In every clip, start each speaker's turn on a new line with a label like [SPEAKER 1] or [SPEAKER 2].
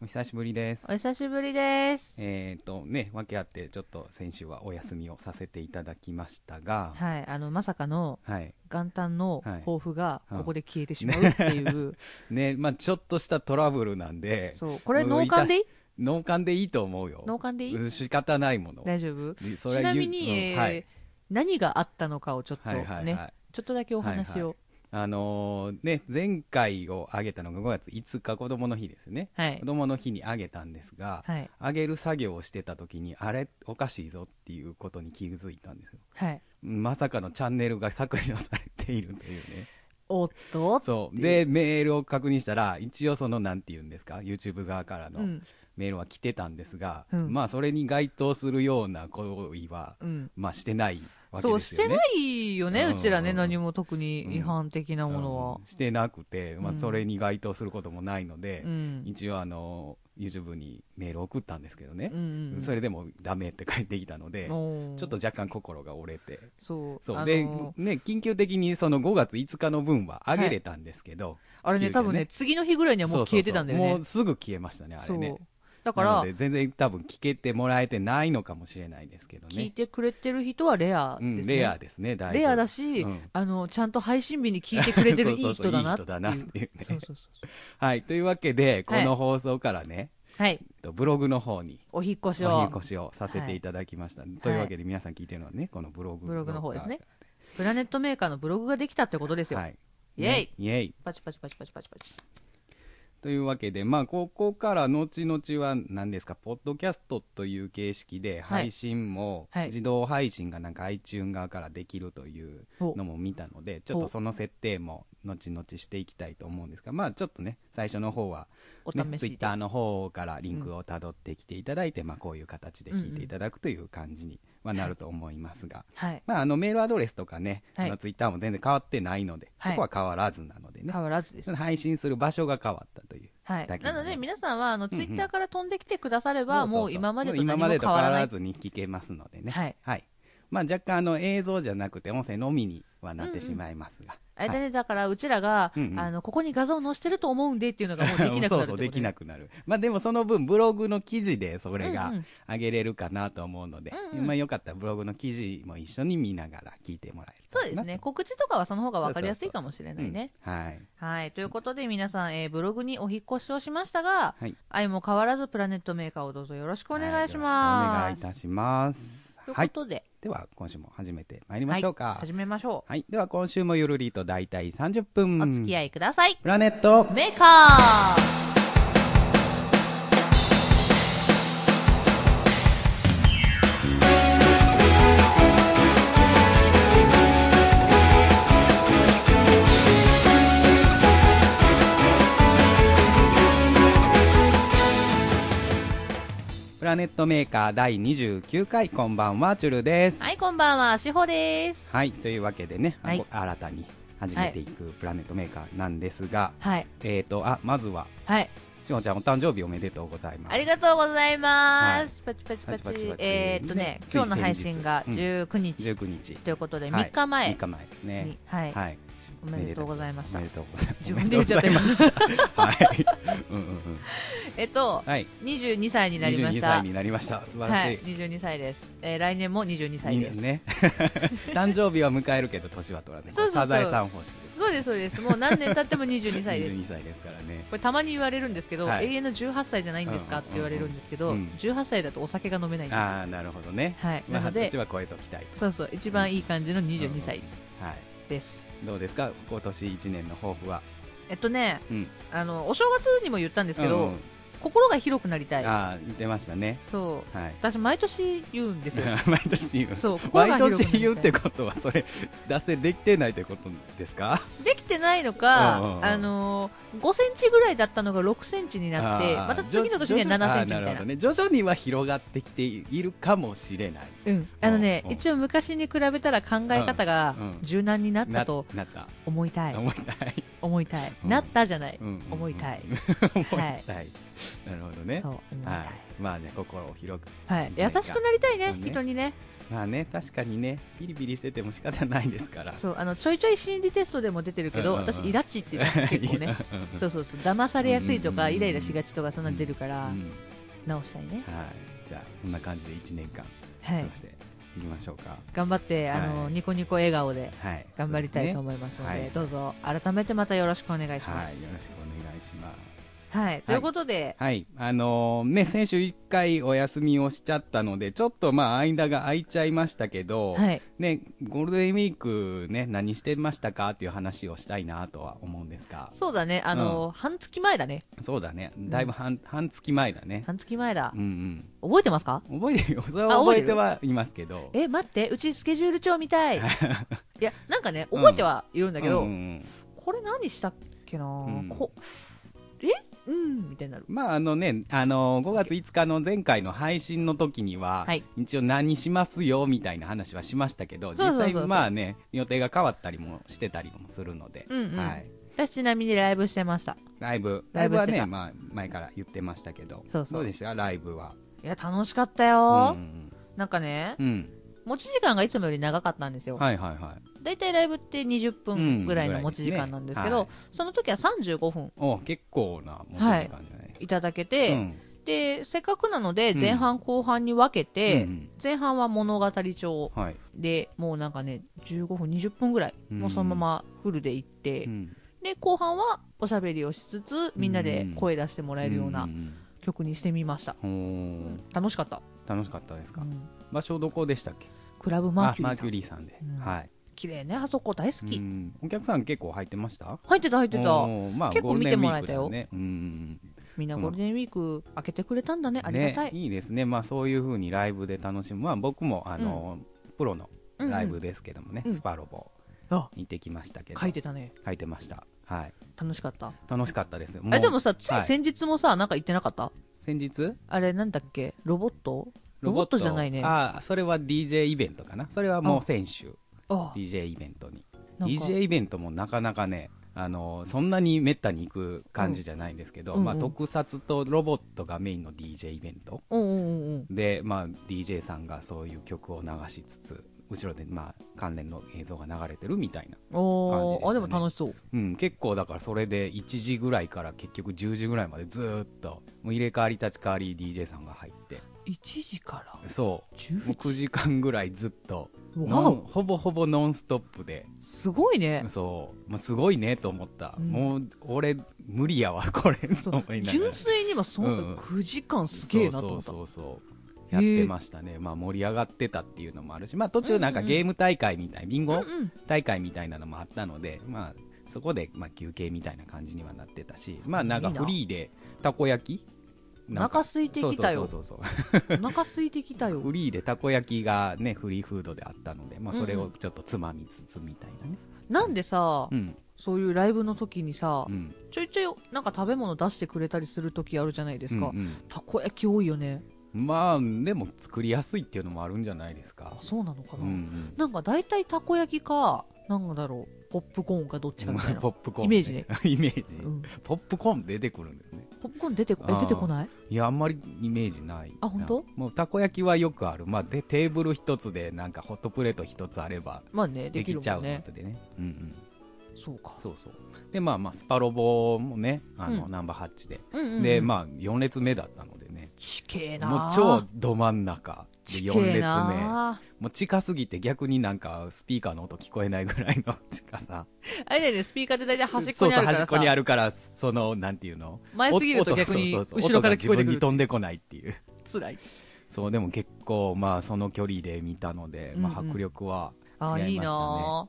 [SPEAKER 1] お久しぶりです
[SPEAKER 2] お。久しぶりです。
[SPEAKER 1] えっ、とね、わけあって、ちょっと先週はお休みをさせていただきましたが、
[SPEAKER 2] はい、あのまさかの
[SPEAKER 1] はい。
[SPEAKER 2] 元旦の
[SPEAKER 1] はい
[SPEAKER 2] 抱負が
[SPEAKER 1] うん
[SPEAKER 2] ここで消えてしまうって いう、
[SPEAKER 1] ね、まあちょっとしたトラブルなんで、
[SPEAKER 2] そう、これ脳幹でいい？
[SPEAKER 1] 脳幹でいいと思うよ。
[SPEAKER 2] 脳幹でいい？
[SPEAKER 1] うん仕方ないもの。
[SPEAKER 2] 大丈夫？
[SPEAKER 1] でそ
[SPEAKER 2] ち
[SPEAKER 1] れ
[SPEAKER 2] な
[SPEAKER 1] は言う
[SPEAKER 2] みに、え
[SPEAKER 1] う
[SPEAKER 2] ー
[SPEAKER 1] んはい、
[SPEAKER 2] 何があったのかをちょっと
[SPEAKER 1] はい
[SPEAKER 2] ね、
[SPEAKER 1] はいはい。
[SPEAKER 2] ちょっとだけお話を、
[SPEAKER 1] あのーね、前回を挙げたのが5月5日子供の日ですね。
[SPEAKER 2] はい、
[SPEAKER 1] 子供の日に挙げたんですが、
[SPEAKER 2] はい、
[SPEAKER 1] あげる作業をしてた時にあれおかしいぞっていうことに気づいたんですよ
[SPEAKER 2] はい。
[SPEAKER 1] まさかのチャンネルが削除されているというね
[SPEAKER 2] おっと、
[SPEAKER 1] そうでメールを確認したら一応そのなんて言うんですか YouTube 側から
[SPEAKER 2] う
[SPEAKER 1] の
[SPEAKER 2] ん、
[SPEAKER 1] メールは来てたんですが、
[SPEAKER 2] うん
[SPEAKER 1] まあそれに該当するような行為は、
[SPEAKER 2] うん。
[SPEAKER 1] まあ、してないわけ
[SPEAKER 2] そう
[SPEAKER 1] です
[SPEAKER 2] して
[SPEAKER 1] よね
[SPEAKER 2] ないよね、
[SPEAKER 1] うん
[SPEAKER 2] うちらね、
[SPEAKER 1] うん
[SPEAKER 2] 何も特に違反的なものは
[SPEAKER 1] うん。してなくて、まあ、
[SPEAKER 2] うん
[SPEAKER 1] それに該当することもないので
[SPEAKER 2] う、ん。
[SPEAKER 1] 一応あの YouTube にメール送ったんですけどね
[SPEAKER 2] う、んうん
[SPEAKER 1] それでもダメって返ってきたので、
[SPEAKER 2] おー
[SPEAKER 1] ちょっと若干心が折れて。
[SPEAKER 2] そう
[SPEAKER 1] そう、
[SPEAKER 2] あの
[SPEAKER 1] で、
[SPEAKER 2] ー
[SPEAKER 1] ね、緊急的にその5月5日の分は上げれたんですけど、
[SPEAKER 2] あれね
[SPEAKER 1] 急遽ね
[SPEAKER 2] 多分ね次の日ぐらいにはもう消えてたんだよね
[SPEAKER 1] そうそうそうもうすぐ消えましたね、あれね
[SPEAKER 2] そう。だから
[SPEAKER 1] なので全然多分聞けてもらえてないのかもしれないですけど
[SPEAKER 2] 聞い
[SPEAKER 1] ね。
[SPEAKER 2] てくれてる人はレア
[SPEAKER 1] う
[SPEAKER 2] で
[SPEAKER 1] ん、
[SPEAKER 2] すね、
[SPEAKER 1] レアですね、だいぶ
[SPEAKER 2] レアだし、
[SPEAKER 1] うん
[SPEAKER 2] あのちゃんと配信日に聞いてくれてるいい人だなっ
[SPEAKER 1] そうそうそうい
[SPEAKER 2] て
[SPEAKER 1] い人だなっていうね
[SPEAKER 2] そうそうそう
[SPEAKER 1] はい、というわけで、この放送からね、
[SPEAKER 2] はい
[SPEAKER 1] えっとブログの方に。
[SPEAKER 2] お引っ越し
[SPEAKER 1] お引
[SPEAKER 2] を
[SPEAKER 1] 越しをさせていただきました、というわけで皆さん聞いてるのはねこのブログ
[SPEAKER 2] ブログの方ですねプラネットメーカーのブログができたってことですよ、
[SPEAKER 1] はい
[SPEAKER 2] イェイ
[SPEAKER 1] ねイエイ
[SPEAKER 2] パチパチパチパチパチパチ
[SPEAKER 1] というわけで、まあ、ここから後々は何ですか、ポッドキャストという形式で
[SPEAKER 2] はい
[SPEAKER 1] 配信も、
[SPEAKER 2] はい
[SPEAKER 1] 自動配信がなんか iTunes 側からできるという
[SPEAKER 2] お
[SPEAKER 1] のも見たので、ちょっとその設定も後々していきたいと思うんですが、まあちょっとね、最初の方は、
[SPEAKER 2] お
[SPEAKER 1] ね、
[SPEAKER 2] 試しで、
[SPEAKER 1] Twitter の方からリンクをたどってきていただいて、まあこういう形で聞いていただくという感じにはなると思いますが、
[SPEAKER 2] はい、
[SPEAKER 1] まああのメールアドレスとかね、
[SPEAKER 2] はい
[SPEAKER 1] あの Twitter も全然変わってないので、
[SPEAKER 2] はい
[SPEAKER 1] そこは変わらずなのでね、
[SPEAKER 2] 変わらずです、
[SPEAKER 1] 配信する場所が変わったという。
[SPEAKER 2] はい、
[SPEAKER 1] だけど
[SPEAKER 2] な
[SPEAKER 1] ね
[SPEAKER 2] ので皆さんはあ
[SPEAKER 1] う
[SPEAKER 2] の
[SPEAKER 1] ん
[SPEAKER 2] ツイッターから飛んできてくだされ
[SPEAKER 1] そ
[SPEAKER 2] ば、
[SPEAKER 1] うそう
[SPEAKER 2] も
[SPEAKER 1] そう
[SPEAKER 2] 今までと
[SPEAKER 1] もう
[SPEAKER 2] 何も変わら
[SPEAKER 1] 変わ
[SPEAKER 2] ない
[SPEAKER 1] らずに聞けますのでね。
[SPEAKER 2] はい。
[SPEAKER 1] まあ若干あの映像じゃなくて音声のみにはなってしまいますが。
[SPEAKER 2] あれだねだからうちらが、
[SPEAKER 1] うんうん
[SPEAKER 2] あのここに画像を載せてると思うんでっていうのがもうできなくなるってこ
[SPEAKER 1] そ
[SPEAKER 2] と
[SPEAKER 1] うそうできなくなる。まあでもその分ブログの記事でそれ
[SPEAKER 2] う
[SPEAKER 1] が
[SPEAKER 2] んうん
[SPEAKER 1] 上げれるかなと思うので、
[SPEAKER 2] うんうん
[SPEAKER 1] まあよかったらブログの記事も一緒に見ながら聞いてもらえると
[SPEAKER 2] そ
[SPEAKER 1] な
[SPEAKER 2] うですね。告知とかはその方が分かりやすいかもしれないね。
[SPEAKER 1] うんはい。
[SPEAKER 2] はい。ということで皆さん、えーブログにお引っ越しをしましたが、
[SPEAKER 1] はい
[SPEAKER 2] 愛も変わらずプラネットメーカーをどうぞよろしくお願い
[SPEAKER 1] はいよろし
[SPEAKER 2] します。
[SPEAKER 1] くお願いいたします。
[SPEAKER 2] という
[SPEAKER 1] は
[SPEAKER 2] こ
[SPEAKER 1] い。
[SPEAKER 2] とで、
[SPEAKER 1] では今週も始めてまいりましょうか。はい。
[SPEAKER 2] 始めましょ
[SPEAKER 1] では今週もゆるりと大体30分。
[SPEAKER 2] う。お付き合いください。
[SPEAKER 1] プラネット
[SPEAKER 2] メーカー
[SPEAKER 1] プラネットメーカー第29回こんばんはチュルです、
[SPEAKER 2] はいい、こんばんは、しほです。
[SPEAKER 1] はい、というわけでね、あ
[SPEAKER 2] はい
[SPEAKER 1] こ新たに始めていくプラネットメーカーなんですが、
[SPEAKER 2] はい。
[SPEAKER 1] えーとあまずは
[SPEAKER 2] はい。
[SPEAKER 1] しほちゃんお誕生日おめでとうございます
[SPEAKER 2] ありが
[SPEAKER 1] う
[SPEAKER 2] とうございます。パチパチパチ。
[SPEAKER 1] パチパチパチ
[SPEAKER 2] えーっとね
[SPEAKER 1] ね、
[SPEAKER 2] 今日の配信が
[SPEAKER 1] つい先
[SPEAKER 2] 19日
[SPEAKER 1] 19日
[SPEAKER 2] ということで、
[SPEAKER 1] はい
[SPEAKER 2] 3日前
[SPEAKER 1] 3日前ですね
[SPEAKER 2] に、はい。
[SPEAKER 1] はい、
[SPEAKER 2] おめでとうございました
[SPEAKER 1] おめでとうございました
[SPEAKER 2] 自分で言っちゃって
[SPEAKER 1] おめ
[SPEAKER 2] ま
[SPEAKER 1] でとうございましたはい うんうんうん
[SPEAKER 2] えっと、
[SPEAKER 1] はい
[SPEAKER 2] 22歳になりまし
[SPEAKER 1] 22
[SPEAKER 2] た。
[SPEAKER 1] 歳になりました素晴らし、
[SPEAKER 2] はいい、22歳です、えー来年も22歳
[SPEAKER 1] いい
[SPEAKER 2] で
[SPEAKER 1] です
[SPEAKER 2] す、
[SPEAKER 1] ね 誕生日は迎えるけど年は取らない
[SPEAKER 2] そうそうそう
[SPEAKER 1] サザエさん方式です
[SPEAKER 2] そうですそうですもう何年経っても22歳です
[SPEAKER 1] 22歳ですからね
[SPEAKER 2] これたまに言われるんですけど、
[SPEAKER 1] はい
[SPEAKER 2] 永遠の18歳じゃないんですか
[SPEAKER 1] うん
[SPEAKER 2] っ
[SPEAKER 1] うん
[SPEAKER 2] て言われるんですけど、
[SPEAKER 1] うん
[SPEAKER 2] 18歳だとお酒が飲めないんです
[SPEAKER 1] ああなるほどね、
[SPEAKER 2] はい
[SPEAKER 1] ま
[SPEAKER 2] な
[SPEAKER 1] あ、
[SPEAKER 2] の
[SPEAKER 1] 二
[SPEAKER 2] で
[SPEAKER 1] 十歳は超えときたい
[SPEAKER 2] そうそう一番いい感じの22
[SPEAKER 1] う
[SPEAKER 2] 歳
[SPEAKER 1] んうんはい
[SPEAKER 2] です、
[SPEAKER 1] どうですか今年一年の抱負は
[SPEAKER 2] えっとね
[SPEAKER 1] うん
[SPEAKER 2] あのお正月にも言ったんですけど、
[SPEAKER 1] うんうん
[SPEAKER 2] 心が広くなりたい
[SPEAKER 1] ああ言ってましたね
[SPEAKER 2] そう
[SPEAKER 1] はい
[SPEAKER 2] 私毎年言うんですよ
[SPEAKER 1] 毎年言う
[SPEAKER 2] そう心が
[SPEAKER 1] 毎
[SPEAKER 2] 広くなりた
[SPEAKER 1] 年
[SPEAKER 2] い
[SPEAKER 1] 言うってことはそれ達成できてないってことですか
[SPEAKER 2] できてないのか、
[SPEAKER 1] うんうんうん
[SPEAKER 2] あの5センチぐらいだったのが6センチになって
[SPEAKER 1] あー
[SPEAKER 2] また次の年には
[SPEAKER 1] 徐々
[SPEAKER 2] 7センチみ
[SPEAKER 1] あー
[SPEAKER 2] たい
[SPEAKER 1] る
[SPEAKER 2] な
[SPEAKER 1] ほどね徐々には広がってきているかもしれない
[SPEAKER 2] うん、あのね
[SPEAKER 1] うん
[SPEAKER 2] 一応昔に比べたら考え方が
[SPEAKER 1] うんうん
[SPEAKER 2] 柔軟になった
[SPEAKER 1] な
[SPEAKER 2] と
[SPEAKER 1] なった
[SPEAKER 2] 思いたい、
[SPEAKER 1] 思いたい
[SPEAKER 2] 思いたい、
[SPEAKER 1] うん
[SPEAKER 2] なったじゃない、
[SPEAKER 1] うんうんうん
[SPEAKER 2] 思い たい
[SPEAKER 1] 思いた
[SPEAKER 2] はい
[SPEAKER 1] いなるほどね
[SPEAKER 2] そう思いたい、
[SPEAKER 1] は
[SPEAKER 2] はい
[SPEAKER 1] いまあね心を広く
[SPEAKER 2] 優しくなりたいね
[SPEAKER 1] そうね
[SPEAKER 2] 人にね
[SPEAKER 1] まあね確かにねビリビリしてても仕方ないですから
[SPEAKER 2] そうあのちょいちょい心理テストでも出てるけ
[SPEAKER 1] うん
[SPEAKER 2] ど、
[SPEAKER 1] うんうん
[SPEAKER 2] 私イラチっていうの が結構ねそうそうそう騙されやすいと
[SPEAKER 1] う
[SPEAKER 2] か、
[SPEAKER 1] んうんうん
[SPEAKER 2] イライラしがちとかそんなの出るから、
[SPEAKER 1] うん
[SPEAKER 2] 直したいね
[SPEAKER 1] はいじゃあこんな感じで1年間
[SPEAKER 2] は
[SPEAKER 1] 過
[SPEAKER 2] い
[SPEAKER 1] ごしていきましょうか
[SPEAKER 2] 頑張ってあの、
[SPEAKER 1] はい
[SPEAKER 2] ニコニコ笑顔で
[SPEAKER 1] はい
[SPEAKER 2] 頑張りたいと
[SPEAKER 1] 思い
[SPEAKER 2] 思いますので
[SPEAKER 1] そうですね
[SPEAKER 2] どうぞ改めてまたよろしくお願いし
[SPEAKER 1] は
[SPEAKER 2] ま
[SPEAKER 1] い
[SPEAKER 2] す
[SPEAKER 1] よろしくお願いします
[SPEAKER 2] はい、ということで、
[SPEAKER 1] はい。あのーね、先週一回お休みをしちゃったので、ちょっとまあ、間が空いちゃいましたけど、
[SPEAKER 2] はい
[SPEAKER 1] ね、ゴールデンウィークね、何してましたかっていう話をしたいなとは思うんですが、
[SPEAKER 2] そうだねあの、半月前だね
[SPEAKER 1] そうだね。だいぶ半、半月前だね。
[SPEAKER 2] 半月前だ
[SPEAKER 1] う、ん
[SPEAKER 2] 覚えてますか
[SPEAKER 1] うん。覚えてるよ。それは覚えてはいますけど。
[SPEAKER 2] え待ってうちスケジュール帳見た いいやなんかね覚えてはいるんだけど、
[SPEAKER 1] うんうん
[SPEAKER 2] これ何したっけな、
[SPEAKER 1] ん
[SPEAKER 2] こえうんみたいになる
[SPEAKER 1] まああのね、あのー、5月5日の前回の配信の時には、
[SPEAKER 2] はい
[SPEAKER 1] 一応何しますよみたいな話はしましたけど、
[SPEAKER 2] そうそうそうそう
[SPEAKER 1] 実際まあね、予定が変わったりもしてたりもするので、
[SPEAKER 2] うんうん
[SPEAKER 1] はい、
[SPEAKER 2] 私ちなみにライブしてました
[SPEAKER 1] ライブ、
[SPEAKER 2] ラ
[SPEAKER 1] ラ
[SPEAKER 2] イ
[SPEAKER 1] イ
[SPEAKER 2] ブ
[SPEAKER 1] ブ
[SPEAKER 2] し
[SPEAKER 1] は
[SPEAKER 2] てた
[SPEAKER 1] ね、まあ前から言ってましたけど、
[SPEAKER 2] そうそ
[SPEAKER 1] ど
[SPEAKER 2] う
[SPEAKER 1] うでしたライブは。
[SPEAKER 2] いや楽しかった
[SPEAKER 1] う
[SPEAKER 2] よ、
[SPEAKER 1] ん
[SPEAKER 2] なんかね
[SPEAKER 1] うんうん、
[SPEAKER 2] 持ち時間がいつもより長かったんですよ、
[SPEAKER 1] はいはいはい。
[SPEAKER 2] だいたいライブって20分ぐらいの
[SPEAKER 1] うん
[SPEAKER 2] 持ち時間なんですけ
[SPEAKER 1] ぐ
[SPEAKER 2] ど、
[SPEAKER 1] らいで
[SPEAKER 2] その時は35分
[SPEAKER 1] お結構な持ち時間じゃないです
[SPEAKER 2] いただけ
[SPEAKER 1] か。
[SPEAKER 2] て、
[SPEAKER 1] うん
[SPEAKER 2] でせっかくなので
[SPEAKER 1] うん
[SPEAKER 2] 前半後半に分けて、
[SPEAKER 1] うん
[SPEAKER 2] 前半は物語帳
[SPEAKER 1] うんはい。
[SPEAKER 2] でもうなんかね15分20分ぐらい
[SPEAKER 1] うん
[SPEAKER 2] もうそのままフルで行って、
[SPEAKER 1] うん
[SPEAKER 2] で後半はおしゃべりをしつつみんなで声出してもらえるようなん曲にしてみました、
[SPEAKER 1] うんほー
[SPEAKER 2] 楽しかった、
[SPEAKER 1] 楽しかったですか
[SPEAKER 2] う。ん
[SPEAKER 1] 場所どこでしたっけ？
[SPEAKER 2] クラブマー
[SPEAKER 1] あ
[SPEAKER 2] キュ
[SPEAKER 1] マ
[SPEAKER 2] リ
[SPEAKER 1] ー
[SPEAKER 2] ーさ
[SPEAKER 1] キュ
[SPEAKER 2] ん
[SPEAKER 1] リーさんで
[SPEAKER 2] うん。
[SPEAKER 1] はい。
[SPEAKER 2] 綺麗ねあそこ大好き、
[SPEAKER 1] うんお客さん結構入ってました
[SPEAKER 2] 入ってた入ってた
[SPEAKER 1] おーまあ、
[SPEAKER 2] 結構見てもらえたよ
[SPEAKER 1] ゴールデンウィークだねうん
[SPEAKER 2] みんなゴールデンウィーク開けてくれたんだねありがた
[SPEAKER 1] ね
[SPEAKER 2] い、
[SPEAKER 1] いいですね、まあ、そういうふうにライブで楽しむ、まあ、僕もあの、プロの
[SPEAKER 2] うんうん
[SPEAKER 1] ライブですけどもね、
[SPEAKER 2] うん
[SPEAKER 1] スパロボ
[SPEAKER 2] あ
[SPEAKER 1] 行ってきましたけど
[SPEAKER 2] 書いてたね
[SPEAKER 1] 書いてました、はい、
[SPEAKER 2] 楽しかった
[SPEAKER 1] 楽しかったです
[SPEAKER 2] えでもさつい
[SPEAKER 1] はい
[SPEAKER 2] 先日もさ、なんか言ってなかった
[SPEAKER 1] 先日
[SPEAKER 2] あれなんだっけロボットロボットじゃないね
[SPEAKER 1] ああそれは DJ イベントかなそれはも
[SPEAKER 2] あ
[SPEAKER 1] う先週
[SPEAKER 2] あ
[SPEAKER 1] DJ イベントに
[SPEAKER 2] なんか
[SPEAKER 1] DJ イベントもなかなかねあのそんなにめったに行く感じじゃないんですけど、
[SPEAKER 2] うんうん
[SPEAKER 1] まあ、特撮とロボットがメインの DJ イベント
[SPEAKER 2] うんうんうんうん
[SPEAKER 1] で、まあ、DJ さんがそういう曲を流しつつ後ろで、まあ、関連の映像が流れてるみたいな、感じ
[SPEAKER 2] お
[SPEAKER 1] でし
[SPEAKER 2] ー
[SPEAKER 1] た
[SPEAKER 2] あで
[SPEAKER 1] ね
[SPEAKER 2] も楽しそう
[SPEAKER 1] うん、結構だからそれで1時ぐらいから結局10時ぐらいまでずーっともう入れ替わり立ち替わり DJ さんが入って
[SPEAKER 2] 1時から
[SPEAKER 1] そうもう9
[SPEAKER 2] 10時
[SPEAKER 1] 時間ぐらいずっ と
[SPEAKER 2] わ
[SPEAKER 1] ノン
[SPEAKER 2] お
[SPEAKER 1] ほぼほぼノンストップです
[SPEAKER 2] ごいね
[SPEAKER 1] そう、まあ、すごいねと思った、
[SPEAKER 2] うん
[SPEAKER 1] もう俺無理やわこれと 思いながら
[SPEAKER 2] 純粋に今そ
[SPEAKER 1] うんうん
[SPEAKER 2] の9時間すげえなと思った
[SPEAKER 1] そうそうそうそうやってましたね、まあ、盛り上がってたっていうのもあるし、まあ、途中なんかゲーム大会みたい、ビンゴ
[SPEAKER 2] うんうん
[SPEAKER 1] 大会みたいなのもあったので、まあ、そこでまあ休憩みたいな感じにはなってたし、まあ、なんか
[SPEAKER 2] いいな
[SPEAKER 1] フリーでたこ焼き
[SPEAKER 2] お腹空いてきた
[SPEAKER 1] そ
[SPEAKER 2] よ
[SPEAKER 1] うそうそうそう
[SPEAKER 2] お腹空いてきた
[SPEAKER 1] そうフ
[SPEAKER 2] よ
[SPEAKER 1] リーでたこ焼きがねフリーフードであったので、まあ、それ
[SPEAKER 2] うん
[SPEAKER 1] を
[SPEAKER 2] う
[SPEAKER 1] ちょっとつまみつつみたいなね
[SPEAKER 2] なんでさ
[SPEAKER 1] うん
[SPEAKER 2] そういうライブの時にさ
[SPEAKER 1] うん
[SPEAKER 2] ちょいちょいなんか食べ物出してくれたりする時あるじゃないですか
[SPEAKER 1] うんうん
[SPEAKER 2] たこ焼き多いよね
[SPEAKER 1] まあでも作りやすいっていうのもあるんじゃないですか
[SPEAKER 2] あそうなのか
[SPEAKER 1] う
[SPEAKER 2] なんなんか大体たこ焼きか、なんだろう、ポップコーンかどっち
[SPEAKER 1] う
[SPEAKER 2] か
[SPEAKER 1] ん
[SPEAKER 2] みたい な。
[SPEAKER 1] ポ
[SPEAKER 2] ポ
[SPEAKER 1] ップコーン、
[SPEAKER 2] イメージね
[SPEAKER 1] イメージ、
[SPEAKER 2] うん
[SPEAKER 1] ポップコーン出てくるんですね
[SPEAKER 2] ップコーン出てこえ
[SPEAKER 1] あー
[SPEAKER 2] 出てこない
[SPEAKER 1] いやあんまりイメージない
[SPEAKER 2] あ本当
[SPEAKER 1] なもうたこ焼きはよくある、まあ、でテーブル一つでなんかホットプレート一つあれば
[SPEAKER 2] まあね、で
[SPEAKER 1] で
[SPEAKER 2] き
[SPEAKER 1] き
[SPEAKER 2] る
[SPEAKER 1] ちゃう
[SPEAKER 2] も
[SPEAKER 1] んの
[SPEAKER 2] ね。
[SPEAKER 1] でねうんうん
[SPEAKER 2] そうか。
[SPEAKER 1] そうそうでまあまあスパロボもねあの、
[SPEAKER 2] うん
[SPEAKER 1] ナンバー8で、
[SPEAKER 2] うんうんうん、
[SPEAKER 1] でまあ4列目だったのでね
[SPEAKER 2] 地形なー
[SPEAKER 1] もう超ど真ん中で
[SPEAKER 2] 地
[SPEAKER 1] 4
[SPEAKER 2] 形
[SPEAKER 1] 列目
[SPEAKER 2] なー
[SPEAKER 1] もう近すぎて逆になんかスピーカーの音聞こえないぐらいの 近さ
[SPEAKER 2] あれだよね、スピーカーって大体端っこ
[SPEAKER 1] そう
[SPEAKER 2] にあ
[SPEAKER 1] そう
[SPEAKER 2] るか
[SPEAKER 1] 端
[SPEAKER 2] らさ
[SPEAKER 1] っこにあるからそのなんていうの
[SPEAKER 2] 前すぎると逆に
[SPEAKER 1] 音そうそうそう
[SPEAKER 2] 後ろから聞こえて
[SPEAKER 1] 音が自分
[SPEAKER 2] く
[SPEAKER 1] に
[SPEAKER 2] る。
[SPEAKER 1] 飛んでこないっていう
[SPEAKER 2] つらい。
[SPEAKER 1] そうでも結構まあその距離で見たので、まあ、
[SPEAKER 2] うんうん
[SPEAKER 1] 迫力は、
[SPEAKER 2] あー、
[SPEAKER 1] 違
[SPEAKER 2] いい
[SPEAKER 1] いましたね
[SPEAKER 2] な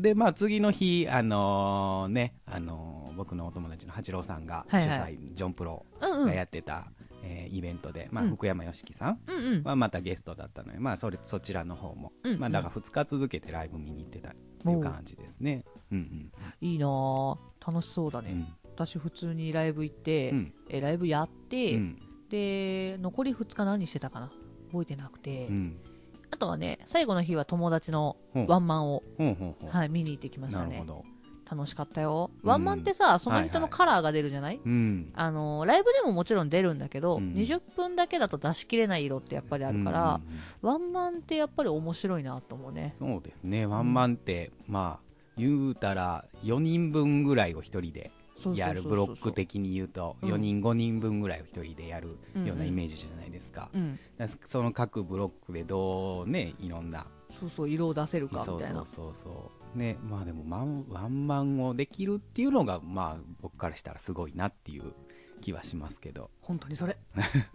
[SPEAKER 1] でまあ次の日あのねあのー僕のお友達の八郎さんが主
[SPEAKER 2] は
[SPEAKER 1] 催、
[SPEAKER 2] いはい
[SPEAKER 1] ジョンプロ
[SPEAKER 2] ーうんう
[SPEAKER 1] が
[SPEAKER 2] ん。
[SPEAKER 1] やってた、えーイベントで、まあ、
[SPEAKER 2] うん
[SPEAKER 1] 福山よしきさん
[SPEAKER 2] うんうん。
[SPEAKER 1] はまたゲストだったので、まあ、それそちらの方も、
[SPEAKER 2] うんうん
[SPEAKER 1] まあ、だから2日続けてライブ見に行ってたっていう感じですねうん
[SPEAKER 2] いいなー楽しそうだ
[SPEAKER 1] うんう
[SPEAKER 2] ね。
[SPEAKER 1] ん
[SPEAKER 2] 私普通にライブ行って、
[SPEAKER 1] うん
[SPEAKER 2] え、ライブやっ
[SPEAKER 1] う
[SPEAKER 2] て、
[SPEAKER 1] ん
[SPEAKER 2] で、残り2日何してたかな覚えてなくて、
[SPEAKER 1] うん
[SPEAKER 2] あとはね、最後の日は友達の
[SPEAKER 1] ほう
[SPEAKER 2] ワンマンを、
[SPEAKER 1] ほうほうほう
[SPEAKER 2] はい、見に行ってきまし
[SPEAKER 1] な
[SPEAKER 2] た
[SPEAKER 1] る
[SPEAKER 2] ね
[SPEAKER 1] ほ。ど
[SPEAKER 2] 楽しかったよ。ワンマンってさ、その人のカラーが出るじゃない、
[SPEAKER 1] うん
[SPEAKER 2] あのライブでももちろん出るんだけど、
[SPEAKER 1] うん
[SPEAKER 2] 20分だけだと出しきれない色ってやっぱりあるから、ワンマンってやっぱり面白いなと思うね。
[SPEAKER 1] うんうんそうですねワンマンってまあ言うたら4人分ぐらいを1人で
[SPEAKER 2] そうそうそうそう
[SPEAKER 1] やるブロック的に言うと
[SPEAKER 2] うん
[SPEAKER 1] 4人5人分ぐらいを1人でやるよう
[SPEAKER 2] うんう
[SPEAKER 1] なんイメージじゃないですか,、
[SPEAKER 2] うん、
[SPEAKER 1] その各ブロックでどうねいろんな
[SPEAKER 2] そうそう色を出せるかみたい
[SPEAKER 1] そう
[SPEAKER 2] な
[SPEAKER 1] そうそうそうねまあでもマンワンマンをできるっていうのがまあ僕からしたらすごいなっていう気はしますけど
[SPEAKER 2] 本当にそれ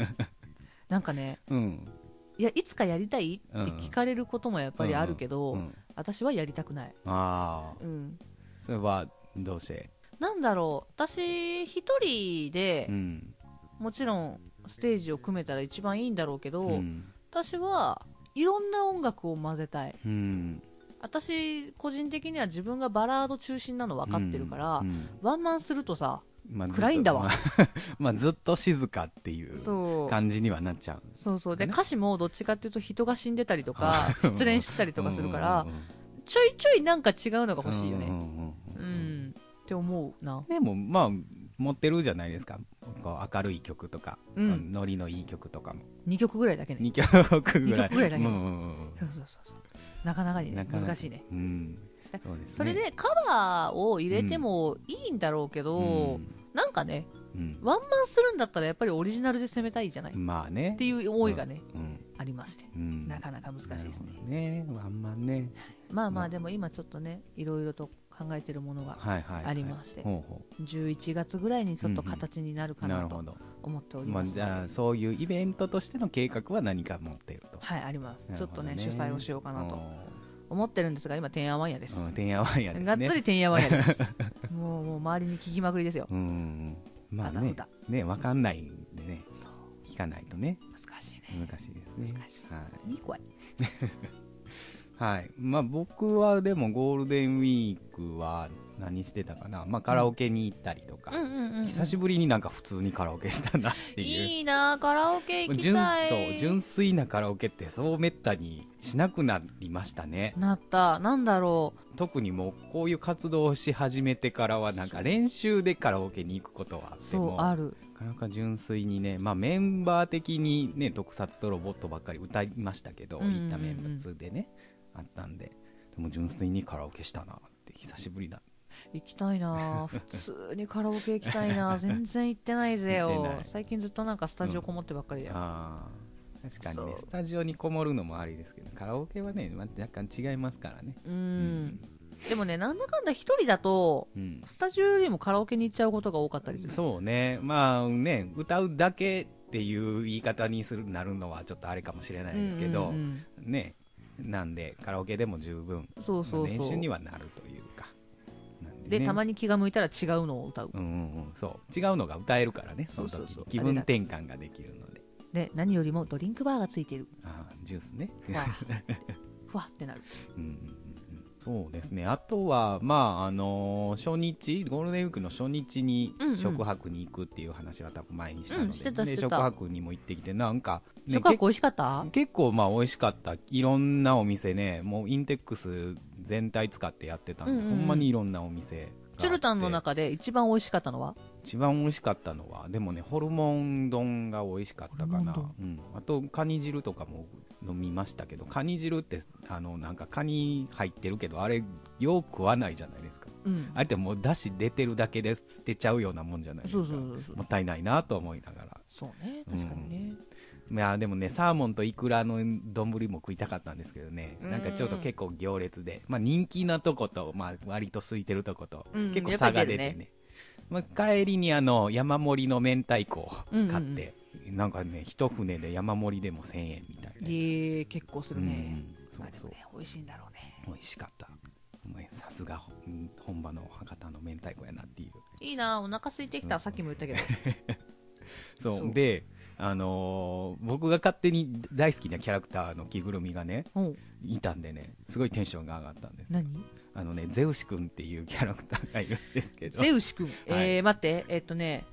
[SPEAKER 2] なんかね
[SPEAKER 1] うん
[SPEAKER 2] いやいつかやりたいって聞かれることもやっぱりあるけど、
[SPEAKER 1] うん
[SPEAKER 2] 私はやりたくない、
[SPEAKER 1] ああ
[SPEAKER 2] うん、
[SPEAKER 1] それはどうして
[SPEAKER 2] なんだろう私一人で、
[SPEAKER 1] うん
[SPEAKER 2] もちろんステージを組めたら一番いいんだろうけど、
[SPEAKER 1] うん
[SPEAKER 2] 私はいろんな音楽を混ぜたい
[SPEAKER 1] うん
[SPEAKER 2] 私個人的には自分がバラード中心なの分かってるから、
[SPEAKER 1] うん
[SPEAKER 2] ワンマンするとさ
[SPEAKER 1] まあずっと
[SPEAKER 2] 暗いんだわ
[SPEAKER 1] まあ まあずっと静かっていう
[SPEAKER 2] そう
[SPEAKER 1] 感じにはなっちゃう
[SPEAKER 2] そうそうで
[SPEAKER 1] ね
[SPEAKER 2] 歌詞もどっちかっていうと人が死んでたりと か失恋してたりとかするから
[SPEAKER 1] うんうんうん
[SPEAKER 2] ちょいちょいなんか違うのが欲しいよ
[SPEAKER 1] うん
[SPEAKER 2] ね
[SPEAKER 1] うんう
[SPEAKER 2] う、
[SPEAKER 1] んんうん
[SPEAKER 2] って思うな
[SPEAKER 1] でもまあ持ってるじゃないですかこう明るい曲とか、
[SPEAKER 2] うん
[SPEAKER 1] ノリのいい曲とかも
[SPEAKER 2] 2曲ぐらいだけね
[SPEAKER 1] 2曲ぐらい
[SPEAKER 2] 二曲ぐらいだけど
[SPEAKER 1] うんうんうん
[SPEAKER 2] そうそうそうそうなかなかにね
[SPEAKER 1] なかなか
[SPEAKER 2] 難しいね
[SPEAKER 1] うんそうですね
[SPEAKER 2] それでカバーを入れてもいいんだろうけど、なんかね
[SPEAKER 1] うん
[SPEAKER 2] ワンマンするんだったらやっぱりオリジナルで攻めたいじゃない、
[SPEAKER 1] う
[SPEAKER 2] っ
[SPEAKER 1] んまあね
[SPEAKER 2] ていう思いがね、
[SPEAKER 1] うん
[SPEAKER 2] ありまして
[SPEAKER 1] うん
[SPEAKER 2] なかなか難しいですね
[SPEAKER 1] なるほどねワンマンね
[SPEAKER 2] まあま
[SPEAKER 1] ま
[SPEAKER 2] あ
[SPEAKER 1] あ
[SPEAKER 2] でも今ちょっとねいろいろと考えてるものが
[SPEAKER 1] はいはいはい
[SPEAKER 2] ありまして
[SPEAKER 1] ほうほ
[SPEAKER 2] 11月ぐらいにちょっと形になる
[SPEAKER 1] う
[SPEAKER 2] か
[SPEAKER 1] な
[SPEAKER 2] な
[SPEAKER 1] る
[SPEAKER 2] と
[SPEAKER 1] ほど
[SPEAKER 2] 思っており
[SPEAKER 1] ま
[SPEAKER 2] ま
[SPEAKER 1] あ
[SPEAKER 2] すの
[SPEAKER 1] じ
[SPEAKER 2] で、
[SPEAKER 1] ゃあそういうイベントとしての計画は何か持っていると
[SPEAKER 2] はいあります、
[SPEAKER 1] な
[SPEAKER 2] ちょ
[SPEAKER 1] る
[SPEAKER 2] っ
[SPEAKER 1] ほ
[SPEAKER 2] と
[SPEAKER 1] ど
[SPEAKER 2] ね
[SPEAKER 1] ね
[SPEAKER 2] 主催をしようかなと思ってるんですが今てんやわんやです、
[SPEAKER 1] うんてんやわんやですね
[SPEAKER 2] がっつりてんやわんやです もうもう周りに聞きまくりですよ、
[SPEAKER 1] うんうんうんまあ
[SPEAKER 2] あだ
[SPEAKER 1] ね
[SPEAKER 2] ふだ
[SPEAKER 1] ねわかんないんでね
[SPEAKER 2] そう
[SPEAKER 1] 聞かないとね
[SPEAKER 2] 難しいね
[SPEAKER 1] 難しいですね
[SPEAKER 2] 難しい
[SPEAKER 1] はい
[SPEAKER 2] いい声
[SPEAKER 1] はいまあ、僕はでもゴールデンウィークは何してたかな、まあ、カラオケに行ったりとか、
[SPEAKER 2] うんうんうん
[SPEAKER 1] 久しぶりになんか普通にカラオケしたなっていう。
[SPEAKER 2] いいなカラオケ行き
[SPEAKER 1] 純
[SPEAKER 2] たい
[SPEAKER 1] そう純粋なカラオケってそうめったにしなくなりましたね
[SPEAKER 2] なったなんだろ
[SPEAKER 1] 特にもうこういう活動をし始めてからはなんか練習でカラオケに行くことはあっ
[SPEAKER 2] う
[SPEAKER 1] て
[SPEAKER 2] そう
[SPEAKER 1] も
[SPEAKER 2] あ
[SPEAKER 1] な
[SPEAKER 2] る
[SPEAKER 1] かなか純粋にね、まあ、メンバー的にね特撮とロボットばっかり歌いましたけど、
[SPEAKER 2] うんうんうん
[SPEAKER 1] 行ったメンツでねあったんででも純粋にカラオケしたなって久しぶりだ
[SPEAKER 2] 行きた いな普通にカラオケ行きたいな全然行ってないぜ
[SPEAKER 1] 行って
[SPEAKER 2] よ
[SPEAKER 1] ない
[SPEAKER 2] 最近ずっとなんかスタジオこもってばっかりだよ、
[SPEAKER 1] あー確かにね
[SPEAKER 2] そう
[SPEAKER 1] スタジオにこもるのもありですけどカラオケはね、まあ、若干違いますからね
[SPEAKER 2] うん
[SPEAKER 1] う
[SPEAKER 2] でもねなんだかんだ一人だと
[SPEAKER 1] うん
[SPEAKER 2] スタジオよりもカラオケに行っちゃうことが多かったりする
[SPEAKER 1] そうねまあね歌うだけっていう言い方にするなるのはちょっとあれかもしれないですけど、
[SPEAKER 2] うんうん
[SPEAKER 1] ねなんでカラオケでも十分
[SPEAKER 2] うんそうそう
[SPEAKER 1] 練
[SPEAKER 2] そ
[SPEAKER 1] 習
[SPEAKER 2] う
[SPEAKER 1] にはなるというかなん
[SPEAKER 2] で
[SPEAKER 1] ね
[SPEAKER 2] たまに気が向いたら違うのを歌う
[SPEAKER 1] うんうんうんそう違うのが歌えるからねその時
[SPEAKER 2] そうそうそう
[SPEAKER 1] 気分転換ができるので
[SPEAKER 2] で何よりもドリンクバーがついてる
[SPEAKER 1] あージュースね
[SPEAKER 2] ふわふわってなる
[SPEAKER 1] うんうんうんうんそうですねあとはまああのー初日ゴールデンウィークの初日に
[SPEAKER 2] うんうん
[SPEAKER 1] 食泊に行くっていう話は多分前にしたので,、
[SPEAKER 2] うんしてた
[SPEAKER 1] で
[SPEAKER 2] して
[SPEAKER 1] 食
[SPEAKER 2] た
[SPEAKER 1] 泊にも行ってきてなんか、ね、
[SPEAKER 2] 食欲美味しかった
[SPEAKER 1] け結構まあ美味しかったいろんなお店ねもうインテックス全体使ってやってたんで、
[SPEAKER 2] うんうんうん
[SPEAKER 1] ほんまにいろんなお店があって
[SPEAKER 2] チュルタンの中で一番美味しかったのは
[SPEAKER 1] 一番美味しかったのはでもねホルモン丼が美味しかったかな
[SPEAKER 2] ホルモ、
[SPEAKER 1] うん、あとカニ汁とかも飲みましたけどカニ汁ってあのなんかカニ入ってるけどあれよう食わないじゃないですか
[SPEAKER 2] うん
[SPEAKER 1] あれってもうだし出てるだけで捨てちゃうようなもんじゃないです
[SPEAKER 2] そ
[SPEAKER 1] か
[SPEAKER 2] うそうそうそう
[SPEAKER 1] もったいないなと思いながら
[SPEAKER 2] そうね確かにね
[SPEAKER 1] いやでもねサーモンとイクラの丼も食いたかったんですけどね
[SPEAKER 2] うん
[SPEAKER 1] なんかちょっと結構行列で、まあ、人気なとこと、まあ、割と空いてるとこと、
[SPEAKER 2] うん
[SPEAKER 1] 結構差が出てね
[SPEAKER 2] やっぱり出る
[SPEAKER 1] まあ、帰りにあの山盛りの明太子を
[SPEAKER 2] うんうんうん
[SPEAKER 1] 買って、なんかね一船で山盛りでも1000円みたいなやつ
[SPEAKER 2] いえ結構する
[SPEAKER 1] うんう
[SPEAKER 2] ね
[SPEAKER 1] んそ
[SPEAKER 2] ま
[SPEAKER 1] う
[SPEAKER 2] あで
[SPEAKER 1] そ
[SPEAKER 2] も
[SPEAKER 1] う
[SPEAKER 2] ね美味しいんだろうね
[SPEAKER 1] 美味しかったお前さすがうん本場の博多の明太子やなっていう
[SPEAKER 2] いいなお腹空いてきたさっきも言 ったけど
[SPEAKER 1] そう
[SPEAKER 2] そう
[SPEAKER 1] であのー僕が勝手に大好きなキャラクターの着ぐるみがね
[SPEAKER 2] うん
[SPEAKER 1] いたんでねすごいテンションが上がったんです
[SPEAKER 2] 何
[SPEAKER 1] あのねゼウシ君っていうキャラクターがいるんですけど
[SPEAKER 2] ゼウシ君えー待ってえっとね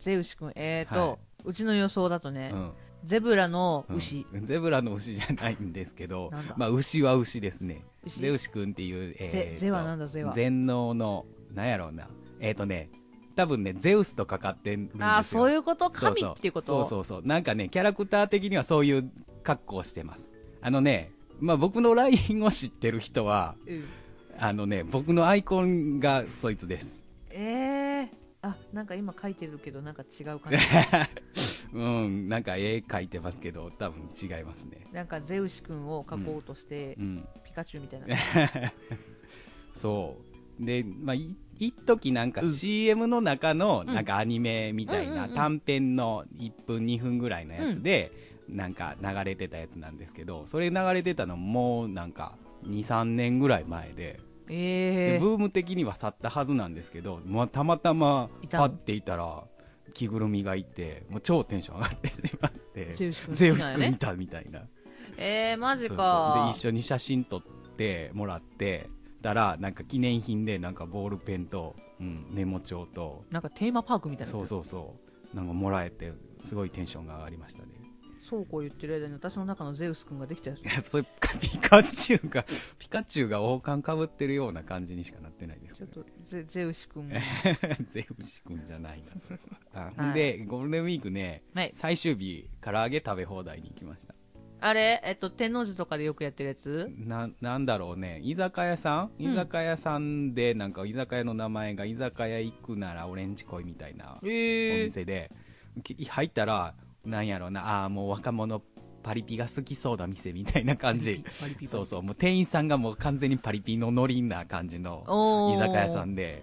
[SPEAKER 2] ゼウシ君えっ
[SPEAKER 1] は
[SPEAKER 2] とうちの予想だとね
[SPEAKER 1] うん
[SPEAKER 2] ゼブラの牛、
[SPEAKER 1] うんゼブラの牛じゃないんですけど
[SPEAKER 2] なんだ、
[SPEAKER 1] まあ、牛は牛ですね
[SPEAKER 2] 牛
[SPEAKER 1] ゼウシ君っていう、え
[SPEAKER 2] ゼ
[SPEAKER 1] と
[SPEAKER 2] ゼはなんだゼは
[SPEAKER 1] 全能のなんやろうなえっ、とね多分ねゼウスとかかってるんですよ
[SPEAKER 2] ああそういうこと
[SPEAKER 1] そう
[SPEAKER 2] 神っていうこと
[SPEAKER 1] そうそうそうそうなんかねキャラクター的にはそういう格好をしてますあのねまあ僕の LINE を知ってる人は
[SPEAKER 2] うん
[SPEAKER 1] あのね僕のアイコンがそいつです
[SPEAKER 2] ええあなんか今書いてるけどなんか違う 感じ
[SPEAKER 1] うんなんか絵描いてますけど多分違いますね
[SPEAKER 2] なんかゼウシ君を描こうとして、
[SPEAKER 1] うん
[SPEAKER 2] ピカチュウ みたいな
[SPEAKER 1] そうでまあい一時なんか CM の中の
[SPEAKER 2] うん
[SPEAKER 1] なんかアニメみたい
[SPEAKER 2] うんうん
[SPEAKER 1] な
[SPEAKER 2] うん
[SPEAKER 1] 短編の1分2分ぐらいのやつでなんか流れてたやつなんですけどそれ流れてたのもうなんか23年ぐらい前でで
[SPEAKER 2] ええ
[SPEAKER 1] ブーム的には去ったはずなんですけど、まあ、たまたま
[SPEAKER 2] いた
[SPEAKER 1] パッていたら着ぐるみがいてもう超テンション上がってしまって
[SPEAKER 2] ゼウシ君
[SPEAKER 1] ゼウ
[SPEAKER 2] 好き
[SPEAKER 1] ス
[SPEAKER 2] なん
[SPEAKER 1] 君
[SPEAKER 2] やね
[SPEAKER 1] 見たみたいな
[SPEAKER 2] ええマ
[SPEAKER 1] そ
[SPEAKER 2] ジ
[SPEAKER 1] うそう
[SPEAKER 2] か
[SPEAKER 1] で一緒に写真撮ってもらってたらなんか記念品でなんかボールペンと、うん、メモ帳と
[SPEAKER 2] なんかテーマパークみたいな
[SPEAKER 1] そうそうそうなんかもらえてすごいテンションが上がりましたね
[SPEAKER 2] そうこう言ってる間に私の中のゼウス君ができたやつ
[SPEAKER 1] それピカチュウがピカチュウが王冠かぶってるような感じにしかなってないです
[SPEAKER 2] ち
[SPEAKER 1] け
[SPEAKER 2] ょっ
[SPEAKER 1] ど
[SPEAKER 2] とゼゼウシ君
[SPEAKER 1] ゼウシ君じゃないなそれはあ
[SPEAKER 2] はい
[SPEAKER 1] でゴールデンウィークね
[SPEAKER 2] はい
[SPEAKER 1] 最終日唐揚げ食べ放題に行きました
[SPEAKER 2] あれえっと天王寺とかでよくやってるやつ
[SPEAKER 1] ななんだろうね居酒屋さん
[SPEAKER 2] ん
[SPEAKER 1] 居酒屋さんでなんか居酒屋の名前が居酒屋行くならオレンジ恋みたいなお
[SPEAKER 2] ええ
[SPEAKER 1] 店で、き入ったらなんやろうなああーもう若者パリピが好きそうな店みたいな感じ
[SPEAKER 2] パリ ピ
[SPEAKER 1] そうそうもう店員さんがもう完全にパリピのノリな感じの
[SPEAKER 2] おー
[SPEAKER 1] 居酒屋さんで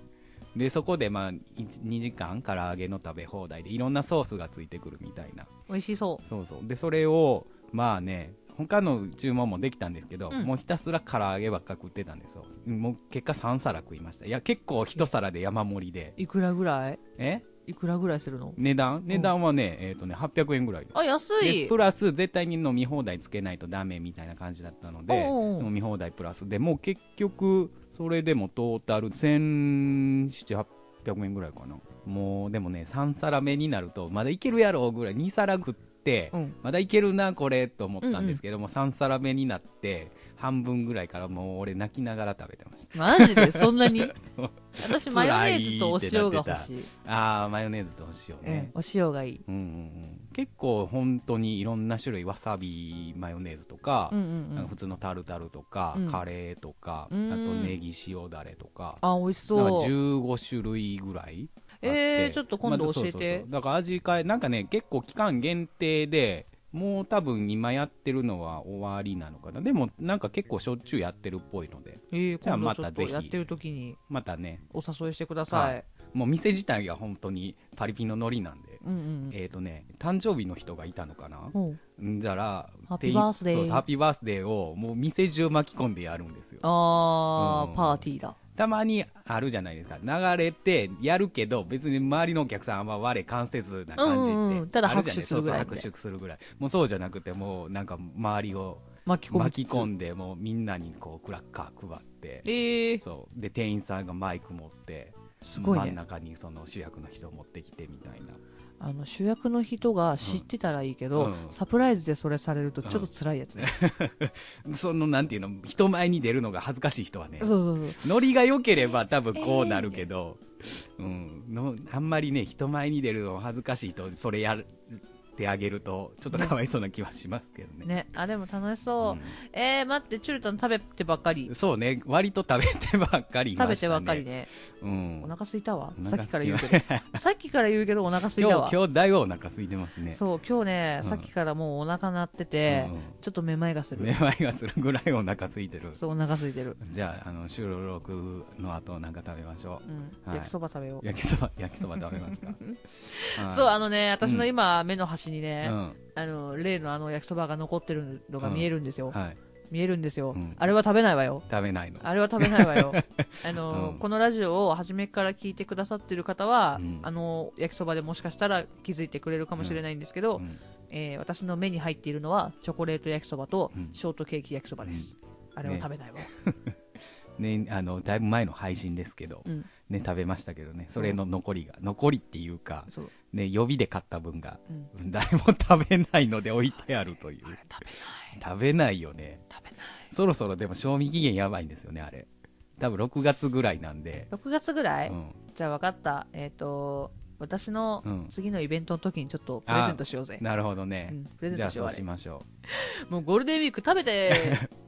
[SPEAKER 1] でそこでまあ2時間唐揚げの食べ放題でいろんなソースがついてくるみたいな
[SPEAKER 2] 美味しそう
[SPEAKER 1] そうそうでそれをまあね他の注文もできたんですけど、
[SPEAKER 2] うん
[SPEAKER 1] もうひたすら唐揚げばっか食ってたんですよもう結果3皿食いましたいや結構1皿で山盛りで
[SPEAKER 2] いくらぐらい
[SPEAKER 1] え
[SPEAKER 2] いくらぐらいするの
[SPEAKER 1] 値段値段はね、えっ、とね800円ぐらいです
[SPEAKER 2] あ安
[SPEAKER 1] で
[SPEAKER 2] い
[SPEAKER 1] プラス絶対に飲み放題つけないとダメみたいな感じだったので
[SPEAKER 2] おうおう
[SPEAKER 1] 飲み放題プラスでもう結局それでもトータル1700800円ぐらいかなもうでもね3皿目になるとまだいけるやろうぐらい2皿食って、
[SPEAKER 2] うん
[SPEAKER 1] まだいけるなこれと思ったんですけども、3皿目になって半分ぐらいからもう俺泣きながら食べてました
[SPEAKER 2] マジでそんなに
[SPEAKER 1] そう
[SPEAKER 2] 私マヨネーズとお塩が欲しい
[SPEAKER 1] ああマヨネーズとお塩
[SPEAKER 2] うん
[SPEAKER 1] ね、
[SPEAKER 2] お塩がいい
[SPEAKER 1] うんうんうん、結構本当にいろんな種類わさびマヨネーズとか、
[SPEAKER 2] うんうん
[SPEAKER 1] な
[SPEAKER 2] う
[SPEAKER 1] んか
[SPEAKER 2] ん
[SPEAKER 1] 普通のタルタルとか、
[SPEAKER 2] うん
[SPEAKER 1] カレーとか、
[SPEAKER 2] うん
[SPEAKER 1] あとネギ塩だれとか、
[SPEAKER 2] あ美味し
[SPEAKER 1] なんか
[SPEAKER 2] そう
[SPEAKER 1] 15種類ぐらいあって
[SPEAKER 2] えーちょっと今度
[SPEAKER 1] まあそう
[SPEAKER 2] 教えて
[SPEAKER 1] そうそうだから味変えなんかね結構期間限定でもう多分今やってるのは終わりなのかなでもなんか結構しょっちゅうやってるっぽいので
[SPEAKER 2] えー
[SPEAKER 1] じゃあ
[SPEAKER 2] 今度
[SPEAKER 1] ま
[SPEAKER 2] ちょったと
[SPEAKER 1] ぜひ
[SPEAKER 2] やってる時に
[SPEAKER 1] またね
[SPEAKER 2] お誘いしてくださ
[SPEAKER 1] はいもう店自体が本当にパリピのノリなんで、
[SPEAKER 2] うんうん
[SPEAKER 1] えっ、とね誕生日の人がいたのかな
[SPEAKER 2] ほう
[SPEAKER 1] うんだから
[SPEAKER 2] ハッピーバースデー
[SPEAKER 1] 店員そうハッピーバースデーをもう店中巻き込んでやるんですよ
[SPEAKER 2] あ
[SPEAKER 1] う
[SPEAKER 2] ー
[SPEAKER 1] ん
[SPEAKER 2] パーティーだ
[SPEAKER 1] たまにあるじゃないですか流れてやるけど別に周りのお客さんは我関せずな感じって、
[SPEAKER 2] うんうんうんただ拍手するぐらい
[SPEAKER 1] あじゃなですかそうそう拍手するぐらいもうそうじゃなくてもうなんか周りを
[SPEAKER 2] 巻き込む
[SPEAKER 1] 巻き込んでもうみんなにこうクラッカー配って
[SPEAKER 2] えー
[SPEAKER 1] そうで店員さんがマイク持って
[SPEAKER 2] すごい
[SPEAKER 1] 真ん
[SPEAKER 2] ね
[SPEAKER 1] 中にその主役の人を持ってきてみたいな
[SPEAKER 2] あの主役の人が知ってたらいいけど、
[SPEAKER 1] うん
[SPEAKER 2] サプライズでそれされるとちょっと辛いやつね、
[SPEAKER 1] そのなんていうの人前に出るのが恥ずかしい人はね
[SPEAKER 2] そうそうそう
[SPEAKER 1] ノリが良ければ多分こうなるけど、うん、のあんまりね人前に出るの恥ずかしいとそれやってあげるとちょっとかわいそうな気はしますけどね。
[SPEAKER 2] ねあでも楽し
[SPEAKER 1] う
[SPEAKER 2] そう、
[SPEAKER 1] ん
[SPEAKER 2] えー、待ってチュルタン食べてばっかり
[SPEAKER 1] そうね割と食べてばっかりいました、ね、
[SPEAKER 2] 食べてばっかりね
[SPEAKER 1] うん
[SPEAKER 2] お腹すいたわ
[SPEAKER 1] お
[SPEAKER 2] さ
[SPEAKER 1] 腹
[SPEAKER 2] っき
[SPEAKER 1] す
[SPEAKER 2] から
[SPEAKER 1] い
[SPEAKER 2] 言
[SPEAKER 1] ま
[SPEAKER 2] うけ どさっきから言うけどお腹すい
[SPEAKER 1] 今
[SPEAKER 2] たわ
[SPEAKER 1] 日今日だいぶお腹空いてますね
[SPEAKER 2] そう今日ね、
[SPEAKER 1] うん
[SPEAKER 2] さっきからもうお腹鳴ってて、
[SPEAKER 1] うんうん
[SPEAKER 2] ちょっとめまいがする、
[SPEAKER 1] めまいがするぐらいお腹空いてる
[SPEAKER 2] そうお腹空いてる、
[SPEAKER 1] じゃああの収録の後なんか食べましょ
[SPEAKER 2] うん
[SPEAKER 1] はい
[SPEAKER 2] 焼きそば食べよ
[SPEAKER 1] う焼きそば焼きそば食べますか
[SPEAKER 2] う そう
[SPEAKER 1] は
[SPEAKER 2] あのね私の今、目の端に
[SPEAKER 1] い
[SPEAKER 2] ね、あの例のあの焼きそばが残ってるのが見えるんですよ、
[SPEAKER 1] うんはい、
[SPEAKER 2] 見えるんですよ、
[SPEAKER 1] うん
[SPEAKER 2] あれは食べないわよ
[SPEAKER 1] 食べないの
[SPEAKER 2] あれは食べない わよ。あの、
[SPEAKER 1] うん
[SPEAKER 2] このラジオを初めから聞いてくださってる方は、
[SPEAKER 1] うん
[SPEAKER 2] あの、焼きそばでもしかしたら気づいてくれるかもしれないんですけ
[SPEAKER 1] う
[SPEAKER 2] ど、
[SPEAKER 1] ん
[SPEAKER 2] えー私の目に入っているのは、チョコレート焼きそばと
[SPEAKER 1] うん
[SPEAKER 2] ショートケーキ焼きそばです。あれは食べないわ。
[SPEAKER 1] ね、あのだいぶ前の配信ですけど、
[SPEAKER 2] うん
[SPEAKER 1] ね、食べましたけどねそれの残りが、残りっていうか、
[SPEAKER 2] そう、
[SPEAKER 1] ね、予備で買った分が
[SPEAKER 2] うん、
[SPEAKER 1] 誰も食べないので置いてあるという
[SPEAKER 2] あれ食べない
[SPEAKER 1] 食べないよね
[SPEAKER 2] 食べない
[SPEAKER 1] そろそろでも賞味期限やばいんですよねあれ多分6月ぐらいなんで、
[SPEAKER 2] 6月ぐらい、
[SPEAKER 1] うん、
[SPEAKER 2] じゃあ分かったえっ、と私の
[SPEAKER 1] うん
[SPEAKER 2] 次のイベントの時にちょっとプレゼントしようぜ、
[SPEAKER 1] なるほど
[SPEAKER 2] う
[SPEAKER 1] ね、
[SPEAKER 2] ん、プレ
[SPEAKER 1] じ
[SPEAKER 2] ゼ
[SPEAKER 1] ゃ
[SPEAKER 2] ン
[SPEAKER 1] あ
[SPEAKER 2] トし
[SPEAKER 1] そ
[SPEAKER 2] よ
[SPEAKER 1] うう
[SPEAKER 2] あれ
[SPEAKER 1] しましょ
[SPEAKER 2] もうゴールデンウィーク食べて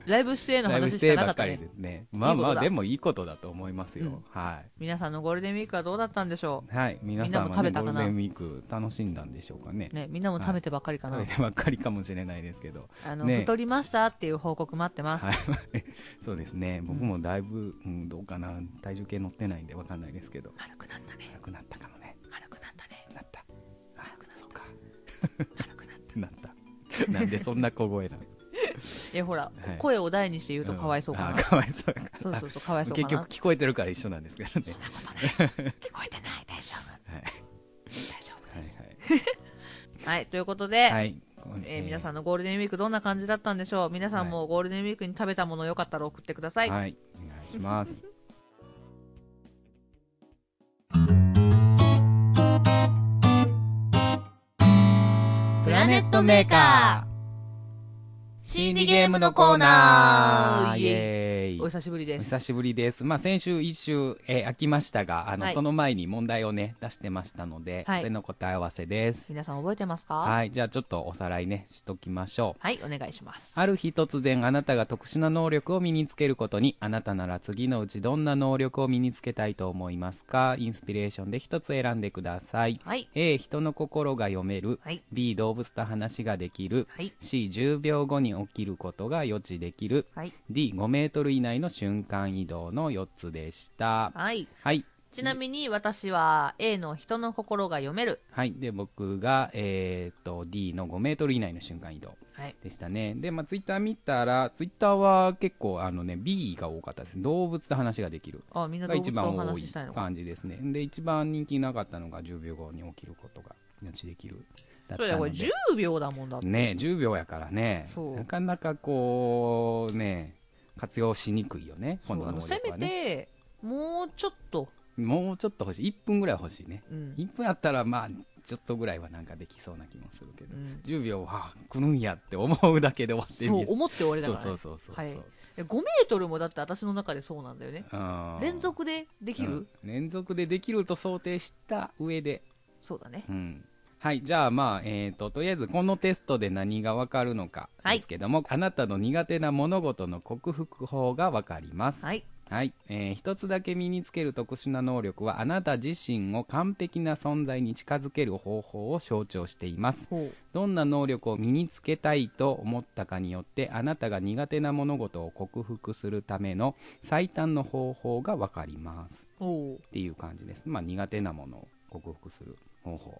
[SPEAKER 2] ライブして
[SPEAKER 1] う
[SPEAKER 2] の
[SPEAKER 1] ライブ
[SPEAKER 2] 話
[SPEAKER 1] し
[SPEAKER 2] して
[SPEAKER 1] て
[SPEAKER 2] なか
[SPEAKER 1] ば
[SPEAKER 2] っ
[SPEAKER 1] ったかり
[SPEAKER 2] ね
[SPEAKER 1] ですねまあ
[SPEAKER 2] いいこ
[SPEAKER 1] ま
[SPEAKER 2] と
[SPEAKER 1] あ
[SPEAKER 2] だ
[SPEAKER 1] でもいいことだと思いますよ、
[SPEAKER 2] うん
[SPEAKER 1] はい
[SPEAKER 2] 皆さんのゴールデンウィークはどうだったんでしょ
[SPEAKER 1] はい、皆さんは、
[SPEAKER 2] み
[SPEAKER 1] ね、
[SPEAKER 2] んなも食べた
[SPEAKER 1] ゴ
[SPEAKER 2] か
[SPEAKER 1] ール
[SPEAKER 2] な
[SPEAKER 1] デンウィーク楽しんだんでしょうかね
[SPEAKER 2] う、ね、みんなも食べてばっかりかな、
[SPEAKER 1] 食べてばっかりかもしれないですけど、
[SPEAKER 2] あの
[SPEAKER 1] ね
[SPEAKER 2] 太りましたっていう報告待ってます、
[SPEAKER 1] はいそうですね僕もだいぶ、うん、どうかな体重計乗ってないんでわかんないですけど
[SPEAKER 2] 丸くなったね
[SPEAKER 1] なくなったかもね
[SPEAKER 2] 丸くなったね
[SPEAKER 1] なったあ
[SPEAKER 2] なくなった
[SPEAKER 1] そうか
[SPEAKER 2] 丸くなった
[SPEAKER 1] な ったなんでそんな小声なの
[SPEAKER 2] えほら、
[SPEAKER 1] はい
[SPEAKER 2] 声を大にして言うとかわいそうかな、
[SPEAKER 1] んあかわいそうか
[SPEAKER 2] そうそうそうかわいそうか
[SPEAKER 1] 結
[SPEAKER 2] な
[SPEAKER 1] 局聞こえてるから一緒なんですけどね
[SPEAKER 2] そんなことない聞こえてない大丈夫、
[SPEAKER 1] はい
[SPEAKER 2] 大丈夫
[SPEAKER 1] は
[SPEAKER 2] です
[SPEAKER 1] い
[SPEAKER 2] はい、ということで、
[SPEAKER 1] はい、はい
[SPEAKER 2] えー皆さ
[SPEAKER 1] ん
[SPEAKER 2] んのゴールデンウィークどんな感じだったんでしょう皆さんもゴールデンウィークに食べたものよかったら送ってくださ、
[SPEAKER 1] はいい、お願いします
[SPEAKER 2] プラネットメーカ
[SPEAKER 1] ー
[SPEAKER 2] 心理ゲームのコーナー
[SPEAKER 1] イエーイ
[SPEAKER 2] お久しぶりで
[SPEAKER 1] お
[SPEAKER 2] す
[SPEAKER 1] 久しぶりです。まあ、先週一週、えー、空きましたが、あの、
[SPEAKER 2] はい
[SPEAKER 1] その前に問題をね、出してましたので、
[SPEAKER 2] はい
[SPEAKER 1] それの答え合わせです。
[SPEAKER 2] 皆さん覚えてますかはい、
[SPEAKER 1] はい、じゃあちょっとおさらいね、しときましょう。
[SPEAKER 2] お願いします
[SPEAKER 1] ある日突然あなたが特殊な能力を身につけることに、あなたなら次のうちどんな能力を身につけたいと思いますかインスピレーションで一つ選んでください。
[SPEAKER 2] はい
[SPEAKER 1] A、人の心が読める。
[SPEAKER 2] はい
[SPEAKER 1] B、動物と話ができる。
[SPEAKER 2] はい
[SPEAKER 1] C、10秒後に起きることが予知できる。
[SPEAKER 2] はい
[SPEAKER 1] D5 メートル以内の瞬間移動の4つでした
[SPEAKER 2] はい
[SPEAKER 1] はい
[SPEAKER 2] ちなみに私は A の人の心が読める
[SPEAKER 1] はいで僕がえーっと D の5メートル以内の瞬間移動
[SPEAKER 2] はい
[SPEAKER 1] でしたねでまあツイッター見たらツイッターは結構あのね B が多かったです動物と話ができる
[SPEAKER 2] あみんな
[SPEAKER 1] が
[SPEAKER 2] 動
[SPEAKER 1] 一
[SPEAKER 2] 物とお
[SPEAKER 1] 番多
[SPEAKER 2] 話し
[SPEAKER 1] い
[SPEAKER 2] したいのか
[SPEAKER 1] 感じですねで一番人気なかったのが10秒後に起きることが予知できるだっ
[SPEAKER 2] それ
[SPEAKER 1] た
[SPEAKER 2] だよこ
[SPEAKER 1] の
[SPEAKER 2] れ
[SPEAKER 1] で
[SPEAKER 2] 10秒だもんだって
[SPEAKER 1] ね10秒やからね
[SPEAKER 2] そう
[SPEAKER 1] なかなかこうね活用しにくいよね
[SPEAKER 2] そ
[SPEAKER 1] 今度
[SPEAKER 2] うあ
[SPEAKER 1] の
[SPEAKER 2] の
[SPEAKER 1] 能
[SPEAKER 2] せ
[SPEAKER 1] 力は
[SPEAKER 2] め
[SPEAKER 1] ね
[SPEAKER 2] てもうちょっと、
[SPEAKER 1] もうちょっと欲しい1分ぐらい欲しいね
[SPEAKER 2] うん
[SPEAKER 1] 1分あったらまあちょっとぐらいはなんかできそうな気もするけど、
[SPEAKER 2] うん
[SPEAKER 1] 10秒はあ来るんやって思うだけで終わって
[SPEAKER 2] そう
[SPEAKER 1] み
[SPEAKER 2] 思って終わりだ
[SPEAKER 1] そ
[SPEAKER 2] か
[SPEAKER 1] う
[SPEAKER 2] ら、ね、
[SPEAKER 1] そうそうそうそう、
[SPEAKER 2] はい5メートルもだって私の中でそうなんだよね
[SPEAKER 1] うん
[SPEAKER 2] 連続でできる、
[SPEAKER 1] うん連続でできると想定した上で
[SPEAKER 2] そうだね
[SPEAKER 1] うんはいじゃあまあえっ、ととりあえずこのテストで何がわかるのか
[SPEAKER 2] はい
[SPEAKER 1] ですけども、あなたの苦手な物事の克服法がわかります
[SPEAKER 2] はい
[SPEAKER 1] はい、えー一つだけ身につける特殊な能力はあなた自身を完璧な存在に近づける方法を象徴しています
[SPEAKER 2] ほ
[SPEAKER 1] どんな能力を身につけたいと思ったかによってあなたが苦手な物事を克服するための最短の方法が分かります
[SPEAKER 2] うおう
[SPEAKER 1] っていう感じですまあ苦手なものを克服する方法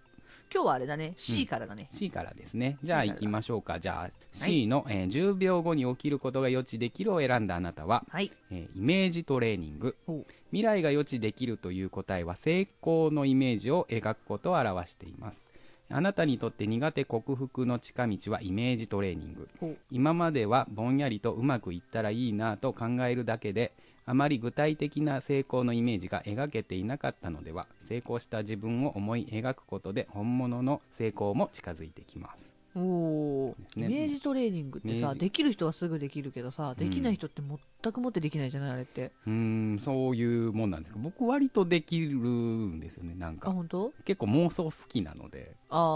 [SPEAKER 2] 今日はあれだね C からだね、
[SPEAKER 1] C からですねじゃあ
[SPEAKER 2] C
[SPEAKER 1] 行
[SPEAKER 2] から
[SPEAKER 1] きましょうかじゃあ C の、えー10秒後に起きることが予知できるを選んだあなたは
[SPEAKER 2] はい
[SPEAKER 1] えーイメージトレーニング
[SPEAKER 2] ほう
[SPEAKER 1] 未来が予知できるという答えは成功のイメージを描くことを表していますあなたにとって苦手克服の近道はイメージトレーニング
[SPEAKER 2] ほう
[SPEAKER 1] 今まではぼんやりとうまくいったらいいなと考えるだけであまり具体的な成功のイメージが描けていなかったのでは成功した自分を思い描くことで本物の成功も近づいてきます
[SPEAKER 2] おおイメ
[SPEAKER 1] ね
[SPEAKER 2] ージトレーニングって
[SPEAKER 1] イメー
[SPEAKER 2] さ
[SPEAKER 1] ジ
[SPEAKER 2] できる人はすぐできるけどさできない人って全くもってできないじゃないあれって
[SPEAKER 1] うーんそういうもんなんですけど僕割とできるんですよねなん
[SPEAKER 2] あ
[SPEAKER 1] か
[SPEAKER 2] 本当
[SPEAKER 1] 結構妄想好きなので
[SPEAKER 2] あ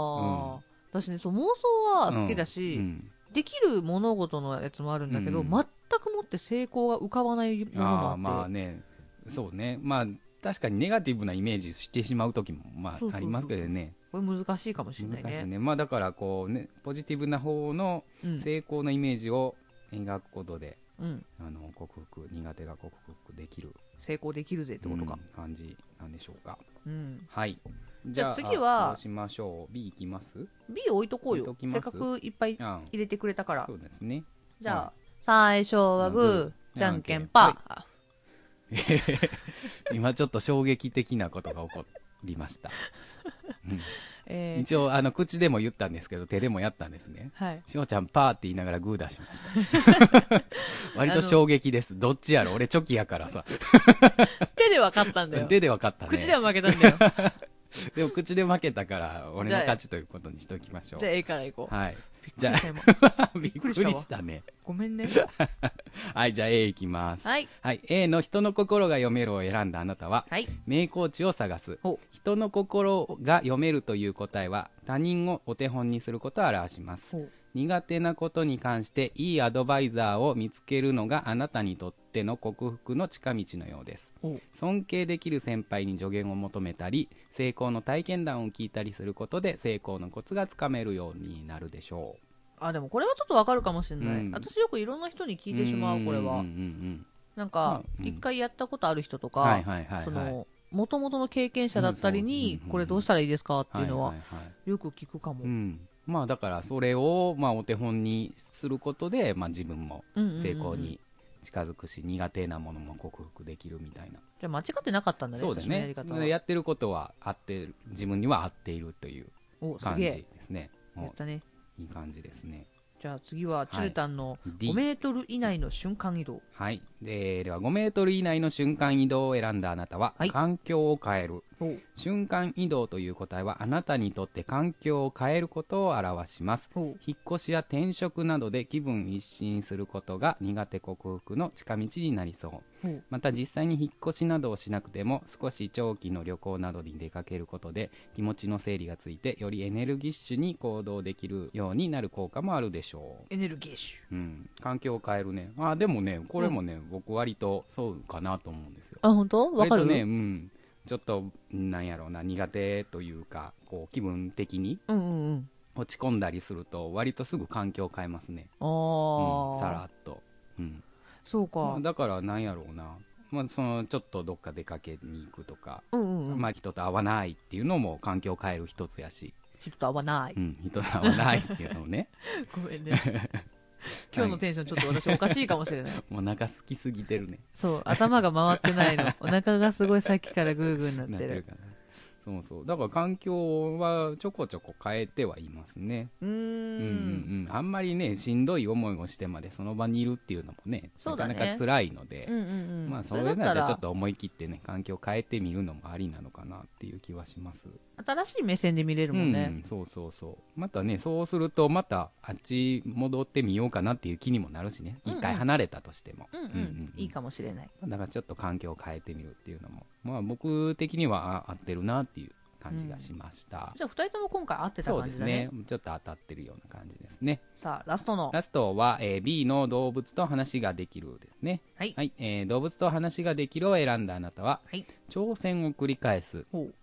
[SPEAKER 2] あ、私ねそう妄想は好きだし、
[SPEAKER 1] うん
[SPEAKER 2] できる物事のやつもあるんだけど、
[SPEAKER 1] うん
[SPEAKER 2] 全くもって成功が浮かばないものもあっ
[SPEAKER 1] ああ
[SPEAKER 2] て
[SPEAKER 1] まあねそうねまあ確かにネガティブなイメージしてしまう時もま
[SPEAKER 2] そうそうそう
[SPEAKER 1] あありますけどね
[SPEAKER 2] これ難しいかもしれない
[SPEAKER 1] 難しい
[SPEAKER 2] ね
[SPEAKER 1] ねまあだからこうねポジティブな方の
[SPEAKER 2] うん
[SPEAKER 1] 成功なイメージを描くことで、
[SPEAKER 2] うん、
[SPEAKER 1] あの克服苦手が克服できる
[SPEAKER 2] 成功できるぜってことか、
[SPEAKER 1] うん感じなんでしょうか
[SPEAKER 2] うん
[SPEAKER 1] はい
[SPEAKER 2] じ
[SPEAKER 1] じゃ
[SPEAKER 2] ゃあ
[SPEAKER 1] あ
[SPEAKER 2] 次は
[SPEAKER 1] どうしましょう B いきます
[SPEAKER 2] B 置いとこうよ
[SPEAKER 1] 置いときま
[SPEAKER 2] せ
[SPEAKER 1] す
[SPEAKER 2] っかくいっぱい
[SPEAKER 1] あん
[SPEAKER 2] 入れてくれたから
[SPEAKER 1] そうですね
[SPEAKER 2] じゃあ、
[SPEAKER 1] は
[SPEAKER 2] 最初は
[SPEAKER 1] まあ
[SPEAKER 2] グ
[SPEAKER 1] グ
[SPEAKER 2] ー、
[SPEAKER 1] ー
[SPEAKER 2] じゃんけんパー。
[SPEAKER 1] 今ちょっと衝撃的なことが起こりました、うん
[SPEAKER 2] えー
[SPEAKER 1] 一応あの口でも言ったんですけど手でもやったんですね
[SPEAKER 2] はい。
[SPEAKER 1] しおちゃんパーって言いながらグー出しました 割と衝撃ですどっちやろ俺チョキやからさ
[SPEAKER 2] 手で分かったんだよ。
[SPEAKER 1] 手で分かったね
[SPEAKER 2] 口では負けたん だよ。
[SPEAKER 1] でも口で負けたから俺の勝ちということにしておきましょ
[SPEAKER 2] じゃあ
[SPEAKER 1] う
[SPEAKER 2] A からいこう。
[SPEAKER 1] はい
[SPEAKER 2] びっく
[SPEAKER 1] じゃ
[SPEAKER 2] り
[SPEAKER 1] あ
[SPEAKER 2] した 今
[SPEAKER 1] びっく
[SPEAKER 2] びっく
[SPEAKER 1] り
[SPEAKER 2] り
[SPEAKER 1] し
[SPEAKER 2] した
[SPEAKER 1] ね
[SPEAKER 2] ごめんね。
[SPEAKER 1] はいじゃあ A いきます
[SPEAKER 2] はい。
[SPEAKER 1] A の人の心が読めるを選んだあなたは
[SPEAKER 2] はい。
[SPEAKER 1] 名コーチを探す
[SPEAKER 2] お
[SPEAKER 1] 人の心が読めるという答えは他人をお手本にすることを表します
[SPEAKER 2] そう。
[SPEAKER 1] 苦手なことに関していいアドバイザーを見つけるのがあなたにとっての克服の近道のようです
[SPEAKER 2] お
[SPEAKER 1] 尊敬できる先輩に助言を求めたり成功の体験談を聞いたりすることで成功のコツがつかめるようになるでしょ
[SPEAKER 2] あ、でもこれはちょっと分かるかもしれない。
[SPEAKER 1] うん
[SPEAKER 2] 私よくいろんな人に
[SPEAKER 1] う
[SPEAKER 2] 聞いてしまう、これ
[SPEAKER 1] ん
[SPEAKER 2] は
[SPEAKER 1] んう。ん
[SPEAKER 2] なんか
[SPEAKER 1] う、ん
[SPEAKER 2] 一回やったことある人と
[SPEAKER 1] うんはい
[SPEAKER 2] か、
[SPEAKER 1] はいはいはい
[SPEAKER 2] その、もともとの経験者だったり
[SPEAKER 1] うん
[SPEAKER 2] に
[SPEAKER 1] そううんうんう、ん
[SPEAKER 2] これどうしたらいいですかっていうのは
[SPEAKER 1] は、いはいはい
[SPEAKER 2] よく聞くかも。
[SPEAKER 1] う
[SPEAKER 2] うん
[SPEAKER 1] んまあだからそれをまあお手本にすることでまあ自分も
[SPEAKER 2] うんうんうん
[SPEAKER 1] 成功。に近づくし苦手なものも克服できるみたいな
[SPEAKER 2] じゃあ間違ってなかったんだね、
[SPEAKER 1] そうだ
[SPEAKER 2] 私のや
[SPEAKER 1] ね
[SPEAKER 2] り方
[SPEAKER 1] や
[SPEAKER 2] は。
[SPEAKER 1] ってることは合ってる自分には合っているという
[SPEAKER 2] お、す
[SPEAKER 1] 感
[SPEAKER 2] げ
[SPEAKER 1] じ
[SPEAKER 2] え。
[SPEAKER 1] ですね
[SPEAKER 2] や
[SPEAKER 1] も
[SPEAKER 2] ったね。
[SPEAKER 1] ういい感じですね
[SPEAKER 2] じゃあ次は、チルタンの
[SPEAKER 1] D
[SPEAKER 2] 5メートル以内の瞬間移動。
[SPEAKER 1] はいででは5メートル以内の瞬間移動を選んだあなたは、
[SPEAKER 2] はい
[SPEAKER 1] 環境を変える
[SPEAKER 2] お
[SPEAKER 1] 瞬間移動という答えはあなたにとって環境を変えることを表します
[SPEAKER 2] お
[SPEAKER 1] 引っ越しや転職などで気分一新することが苦手克服の近道になりそう
[SPEAKER 2] ほう
[SPEAKER 1] また実際に引っ越しなどをしなくても少し長期の旅行などに出かけることで気持ちの整理がついてよりエネルギッシュに行動できるようになる効果もあるでしょう
[SPEAKER 2] エネルギッシュ。
[SPEAKER 1] うん、環境を変えるねあでもねこれもね、僕割とそうかなと思うんですよ
[SPEAKER 2] あ、本当わか
[SPEAKER 1] 割
[SPEAKER 2] る
[SPEAKER 1] とね、うん、ちょっとなんやろうな苦手というかこう気分的に
[SPEAKER 2] うんうんうん。
[SPEAKER 1] 落ち込んだりすると割とすぐ環境を変えますねう
[SPEAKER 2] ああ。
[SPEAKER 1] ん、さらっと、うん
[SPEAKER 2] そう
[SPEAKER 1] ま
[SPEAKER 2] か
[SPEAKER 1] あ、。だからなんやろうな、まあ、そのちょっとどっか出かけに行くとか、
[SPEAKER 2] うんうんうん。
[SPEAKER 1] まあ、人と会わないっていうのも環境を変える一つや し、
[SPEAKER 2] ちょっと合わない。
[SPEAKER 1] うん、人と会わないっていうのもね
[SPEAKER 2] ごめんね。今日のテンションちょっと私おかしいかもしれない。
[SPEAKER 1] もうお腹すきすぎてるね
[SPEAKER 2] そう、頭が回ってな いの。お腹がすごいさっきからグーグーに
[SPEAKER 1] な
[SPEAKER 2] なっ
[SPEAKER 1] って
[SPEAKER 2] て
[SPEAKER 1] る
[SPEAKER 2] る。
[SPEAKER 1] からそうそうだから環境はちょこちょこ変えてはいますね、
[SPEAKER 2] うー
[SPEAKER 1] うんうん
[SPEAKER 2] ん。
[SPEAKER 1] うん、あんまりねしんどい思いをしてまでその場にいるっていうのもね
[SPEAKER 2] そうだね
[SPEAKER 1] なかなか辛いので、
[SPEAKER 2] うんうんうん。
[SPEAKER 1] まあそ
[SPEAKER 2] れ
[SPEAKER 1] れ
[SPEAKER 2] だ
[SPEAKER 1] な
[SPEAKER 2] った
[SPEAKER 1] らちょ
[SPEAKER 2] ら
[SPEAKER 1] っ、と思い切ってね環境を変えてみるのもありなのかなっていう気はします
[SPEAKER 2] 新しい目線で見れるもん
[SPEAKER 1] う
[SPEAKER 2] ね。
[SPEAKER 1] ん、そうそうそうまたねそうするとまたあっち戻ってみようかなっていう気にもなるしね
[SPEAKER 2] うん
[SPEAKER 1] 一、
[SPEAKER 2] うん
[SPEAKER 1] 回離れたとしても、
[SPEAKER 2] うんう
[SPEAKER 1] うん
[SPEAKER 2] ん。
[SPEAKER 1] うん
[SPEAKER 2] いいかもしれない。
[SPEAKER 1] だからちょっと環境を変えてみるっていうのもまあ僕的にはあ合ってるなっていう感じがしました、
[SPEAKER 2] じゃあ二人とも今回合ってた
[SPEAKER 1] そう
[SPEAKER 2] 感
[SPEAKER 1] で
[SPEAKER 2] じ
[SPEAKER 1] す
[SPEAKER 2] だ
[SPEAKER 1] ね
[SPEAKER 2] ね。
[SPEAKER 1] ちょっと当たってるような感じですね
[SPEAKER 2] さあ、ラストの。
[SPEAKER 1] ラストは、えー B の動物と話ができるですね
[SPEAKER 2] はい
[SPEAKER 1] はいえー動物と話ができるを選んだあなたは
[SPEAKER 2] はい。
[SPEAKER 1] 挑戦を繰り返す
[SPEAKER 2] ほう。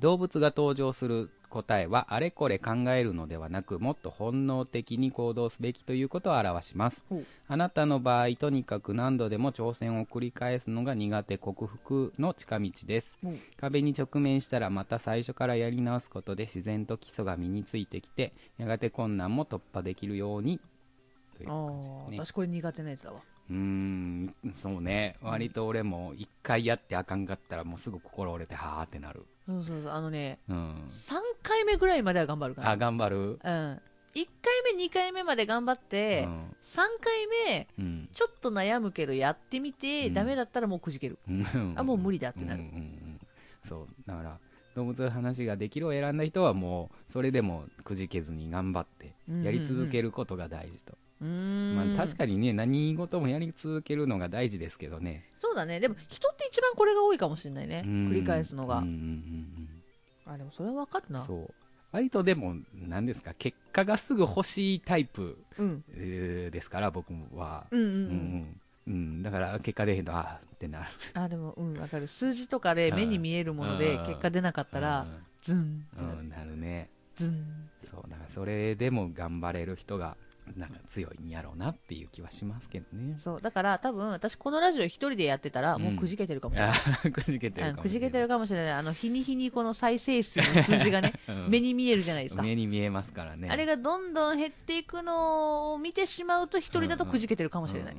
[SPEAKER 1] 動物が登場する答えはあれこれ考えるのではなくもっと本能的に行動すべきということを表します
[SPEAKER 2] ほう。
[SPEAKER 1] あなたの場合とにかく何度でも挑戦を繰り返すのが苦手克服の近道です
[SPEAKER 2] ほう。
[SPEAKER 1] 壁に直面したらまた最初からやり直すことで自然と基礎が身についてきてやがて困難も突破できるようにという
[SPEAKER 2] あ
[SPEAKER 1] 感じ
[SPEAKER 2] あ、
[SPEAKER 1] ですね
[SPEAKER 2] 私これ苦手なやつだわ。
[SPEAKER 1] うーんそうね割と俺も一回やってあかんかったらもうすぐ心折れてはーってなる
[SPEAKER 2] そうそうそう。あのね、
[SPEAKER 1] うん
[SPEAKER 2] 3回目ぐらいまでは頑張るか
[SPEAKER 1] あ
[SPEAKER 2] ら。
[SPEAKER 1] 頑張る
[SPEAKER 2] うん。1回目、2回目まで頑張って、3回目、
[SPEAKER 1] うん
[SPEAKER 2] ちょっと悩むけどやってみて、
[SPEAKER 1] うん
[SPEAKER 2] ダメだったらもうくじける。
[SPEAKER 1] うん、
[SPEAKER 2] あ、もう無理だってなる。
[SPEAKER 1] うんうんうんそうだから動物の話ができるを選んだ人はもうそれでもくじけずに頑張って
[SPEAKER 2] うんうんうん
[SPEAKER 1] やり続けることが大事と、
[SPEAKER 2] うーん。
[SPEAKER 1] まあ、確かにね何事もやり続けるのが大事ですけどね
[SPEAKER 2] そうだね。でも人って一番これが多いかもしれないね。
[SPEAKER 1] うん
[SPEAKER 2] 繰り返すのが。
[SPEAKER 1] うんうんうん
[SPEAKER 2] あ、でもそれは分かる
[SPEAKER 1] うん
[SPEAKER 2] な。
[SPEAKER 1] そう割とでも何ですか結果がすぐ欲しいタイプ
[SPEAKER 2] うん。
[SPEAKER 1] えーですから僕は、
[SPEAKER 2] うんうん
[SPEAKER 1] う
[SPEAKER 2] うん。
[SPEAKER 1] んうんうんだから結果出へんとあーってなる
[SPEAKER 2] あ、でも、うん、分かる。数字とかで目に見えるもので
[SPEAKER 1] うん
[SPEAKER 2] 結果出なかったら、ズンって
[SPEAKER 1] うん
[SPEAKER 2] な
[SPEAKER 1] う
[SPEAKER 2] る
[SPEAKER 1] ん、なるね
[SPEAKER 2] ズン。
[SPEAKER 1] そうだからそれでも頑張れる人がなんか強いんやろうなっていう気はしますけどね。
[SPEAKER 2] そう。だから多分、私このラジオ一人でやってたら、もうくじけてるかもしれ
[SPEAKER 1] あ
[SPEAKER 2] ない。
[SPEAKER 1] ーくじけてる
[SPEAKER 2] う
[SPEAKER 1] か
[SPEAKER 2] ん、
[SPEAKER 1] も
[SPEAKER 2] くじ
[SPEAKER 1] しれ
[SPEAKER 2] け
[SPEAKER 1] な
[SPEAKER 2] て
[SPEAKER 1] い
[SPEAKER 2] るかもしれない。あの、日に日にこの再生数の数字がね、
[SPEAKER 1] うん
[SPEAKER 2] 目に見えるじゃないですか。
[SPEAKER 1] 目に見えますからね。
[SPEAKER 2] あれ
[SPEAKER 1] が
[SPEAKER 2] がどんどん減っていくのを見てしまうと、一人だとくじけてるか
[SPEAKER 1] か
[SPEAKER 2] もしれない。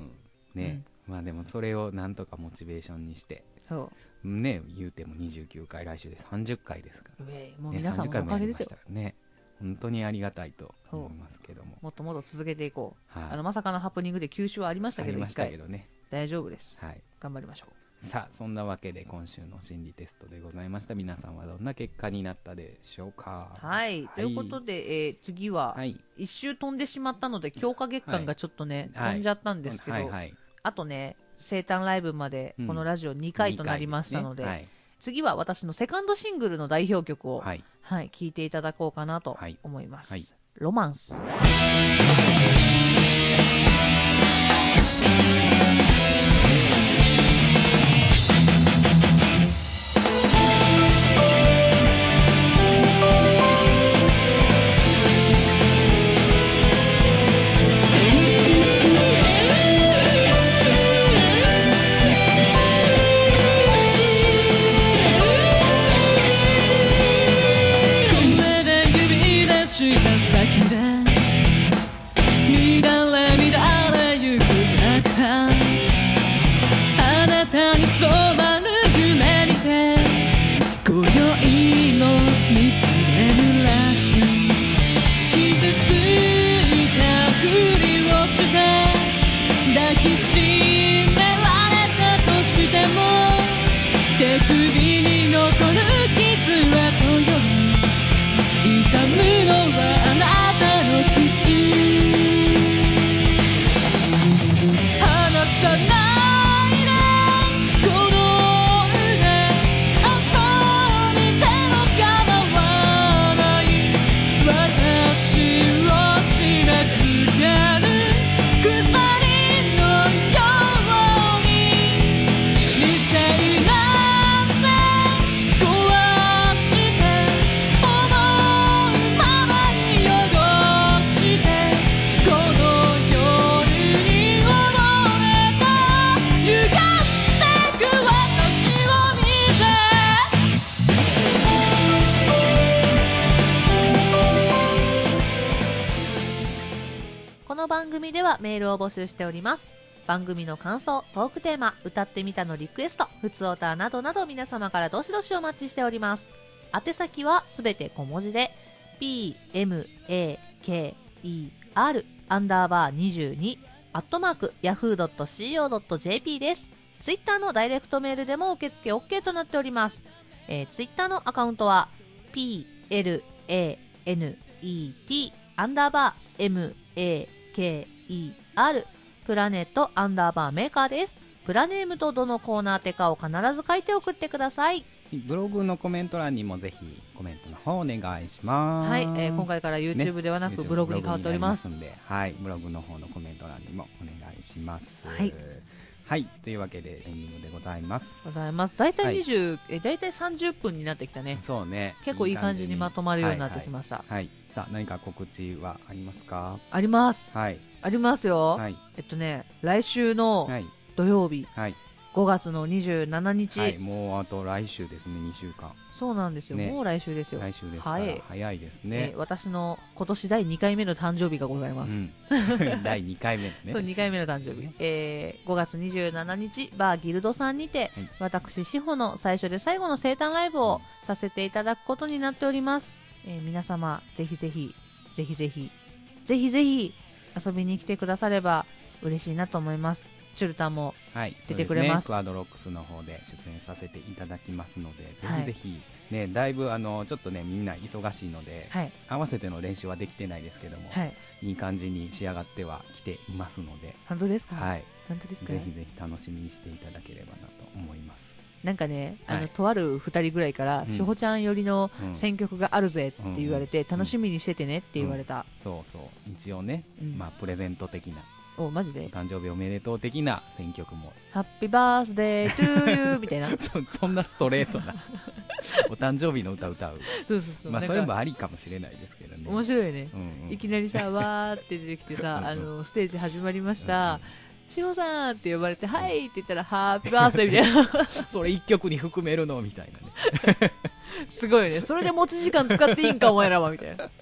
[SPEAKER 1] ね、まあでもそれをなんとかモチベーションにして
[SPEAKER 2] そ
[SPEAKER 1] ね言うても29回来週で30回ですから
[SPEAKER 2] ううえいもう
[SPEAKER 1] ね、
[SPEAKER 2] 皆さ
[SPEAKER 1] 30
[SPEAKER 2] んの
[SPEAKER 1] 回
[SPEAKER 2] お
[SPEAKER 1] もや
[SPEAKER 2] かげ
[SPEAKER 1] りま
[SPEAKER 2] で
[SPEAKER 1] す
[SPEAKER 2] よ
[SPEAKER 1] したからね本当にありがたいと思いますけども、
[SPEAKER 2] もっともっと続けていこう
[SPEAKER 1] はい、
[SPEAKER 2] あのまさかのハプニングで休止はありました
[SPEAKER 1] あ
[SPEAKER 2] け
[SPEAKER 1] り
[SPEAKER 2] ど
[SPEAKER 1] ま
[SPEAKER 2] 一
[SPEAKER 1] したけ
[SPEAKER 2] 回
[SPEAKER 1] どね、
[SPEAKER 2] 大丈夫です
[SPEAKER 1] はい、
[SPEAKER 2] 頑張りましょ
[SPEAKER 1] さあそんなわけで今週の心理テストでございました皆さんはどんな結果になったでしょうか
[SPEAKER 2] うはい、ということで、えー次は、
[SPEAKER 1] はい
[SPEAKER 2] 一周飛んでしまったので強化月間がちょっとね、
[SPEAKER 1] はい
[SPEAKER 2] 飛んじゃったんですけど、
[SPEAKER 1] はいはい
[SPEAKER 2] あとね生誕ライブまで
[SPEAKER 1] うん
[SPEAKER 2] このラジオ2回となりましたので,、
[SPEAKER 1] 二回すね
[SPEAKER 2] 次は私のセカンドシングルの代表曲を、
[SPEAKER 1] はい、
[SPEAKER 2] はい
[SPEAKER 1] はい、
[SPEAKER 2] 聞いていただこうかなと
[SPEAKER 1] はい
[SPEAKER 2] 思います、
[SPEAKER 1] はい
[SPEAKER 2] ロマンス
[SPEAKER 3] こまで指出した先で乱れ乱れゆく中あなたに染まる夢見て今宵の蜜で濡らす傷ついたふりをして抱きしめられたとしても手首に残る傷はとより痛むのはあなたのキス離さないでこの腕遊びでも構わない私を締め付ける鎖のように見せいなんて壊して思うままに汚れてこの夜に溺れた歪んでく私を見て
[SPEAKER 2] この番組ではメールを募集しております番組の感想トークテーマ歌ってみたのリクエストふつおたなどなど皆様からどしどしお待ちしております宛先はすべて小文字で pmaker アンダーバー22アットマーク yahoo.co.jp ですツイッターのダイレクトメールでも受付 OK となっております、えー、ツイッターのアカウントは planet アンダーバー maker プラネットアンダーバーメーカーですプラネームとどのコーナー宛てかを必ず書いて送ってください
[SPEAKER 1] ブログのコメント欄にもぜひコメントの方お願いします
[SPEAKER 2] はい、えー今回から YouTube ではなく、ブログに変わっております
[SPEAKER 1] ブログになりますんで、はい、ブログの方のコメント欄にもお願いします。
[SPEAKER 2] はい、
[SPEAKER 1] はい、というわけでエンディングでございます。
[SPEAKER 2] ございます大
[SPEAKER 1] は
[SPEAKER 2] 体
[SPEAKER 1] い
[SPEAKER 2] 20、え大体30分になってきたね
[SPEAKER 1] そうね、
[SPEAKER 2] 結構いい感じにまとまるようになってきました、
[SPEAKER 1] はい、はいはいさあ何か告知はありますか？
[SPEAKER 2] あります
[SPEAKER 1] はい、
[SPEAKER 2] ありますよ、
[SPEAKER 1] はい、
[SPEAKER 2] えっとね来週の
[SPEAKER 1] はい、
[SPEAKER 2] 土曜日
[SPEAKER 1] はい、
[SPEAKER 2] 5月の27日、
[SPEAKER 1] はい、もうあと来週ですね、二週間、
[SPEAKER 2] そうなんですよ、
[SPEAKER 1] ね
[SPEAKER 2] もう来週ですよ
[SPEAKER 1] 来週ですか
[SPEAKER 2] は
[SPEAKER 1] ら
[SPEAKER 2] い
[SPEAKER 1] 早いです
[SPEAKER 2] え
[SPEAKER 1] ね
[SPEAKER 2] ー。私の今年第2回目の誕生日がございま す、
[SPEAKER 1] うん、第二回目
[SPEAKER 2] そう
[SPEAKER 1] ね。
[SPEAKER 2] 2回目の誕生日、
[SPEAKER 1] ね
[SPEAKER 2] えー5月27日バーギルドさんにて、
[SPEAKER 1] はい
[SPEAKER 2] 私志保の最初で最後の生誕ライブをさせていただくことになっております、えー皆様ぜひぜひぜひぜひぜひぜひ遊びに来てくだされば嬉しいなと思いますチュルタも
[SPEAKER 1] はい、
[SPEAKER 2] 出てくれます
[SPEAKER 1] そうでね、クアドロックスの方で出演させていただきますので、
[SPEAKER 2] はい
[SPEAKER 1] ぜひぜひ、ね、だいぶあのちょっとね、みんな忙しいので、
[SPEAKER 2] はい
[SPEAKER 1] 合わせての練習はできてないですけども、
[SPEAKER 2] はい
[SPEAKER 1] い、い感じに仕上がってはきていますので、
[SPEAKER 2] 本当ですか、
[SPEAKER 1] はい、
[SPEAKER 2] 本当ですか
[SPEAKER 1] ぜひぜひ楽しみにしていただければなと思います。
[SPEAKER 2] なんかね、あ
[SPEAKER 1] は
[SPEAKER 2] の
[SPEAKER 1] い
[SPEAKER 2] とある2人ぐらいから、
[SPEAKER 1] ん
[SPEAKER 2] 志保ちゃん寄りの
[SPEAKER 1] うん
[SPEAKER 2] 選曲があるぜって言われて、
[SPEAKER 1] ん
[SPEAKER 2] 楽しみにしててねって言われた、
[SPEAKER 1] そうそう、一応ね、
[SPEAKER 2] うん
[SPEAKER 1] まあプレゼント的な、
[SPEAKER 2] おマジ
[SPEAKER 1] お
[SPEAKER 2] で
[SPEAKER 1] 誕生日おめでとう的な選曲も、
[SPEAKER 2] 「ハッピーバースデートゥーユ ー」みたいなそう
[SPEAKER 1] そそんなストレー トなお誕生日の歌歌う、
[SPEAKER 2] そうそう
[SPEAKER 1] まあ
[SPEAKER 2] なん
[SPEAKER 1] そ
[SPEAKER 2] か
[SPEAKER 1] れもありかもしれないですけどね。
[SPEAKER 2] 面白いね、
[SPEAKER 1] うんうん
[SPEAKER 2] いきなりさわーって出てきて
[SPEAKER 1] うん
[SPEAKER 2] さ
[SPEAKER 1] うん
[SPEAKER 2] あのステージ始まりまし
[SPEAKER 1] う
[SPEAKER 2] た
[SPEAKER 1] ん
[SPEAKER 2] 志保さんって呼ばれて「はい」って言ったら「ハッピーバースデー」みたいな
[SPEAKER 1] それ一曲に含めるのみたいなね。
[SPEAKER 2] すごいよねそれで持ち時間使っていいんかお前らはみたいな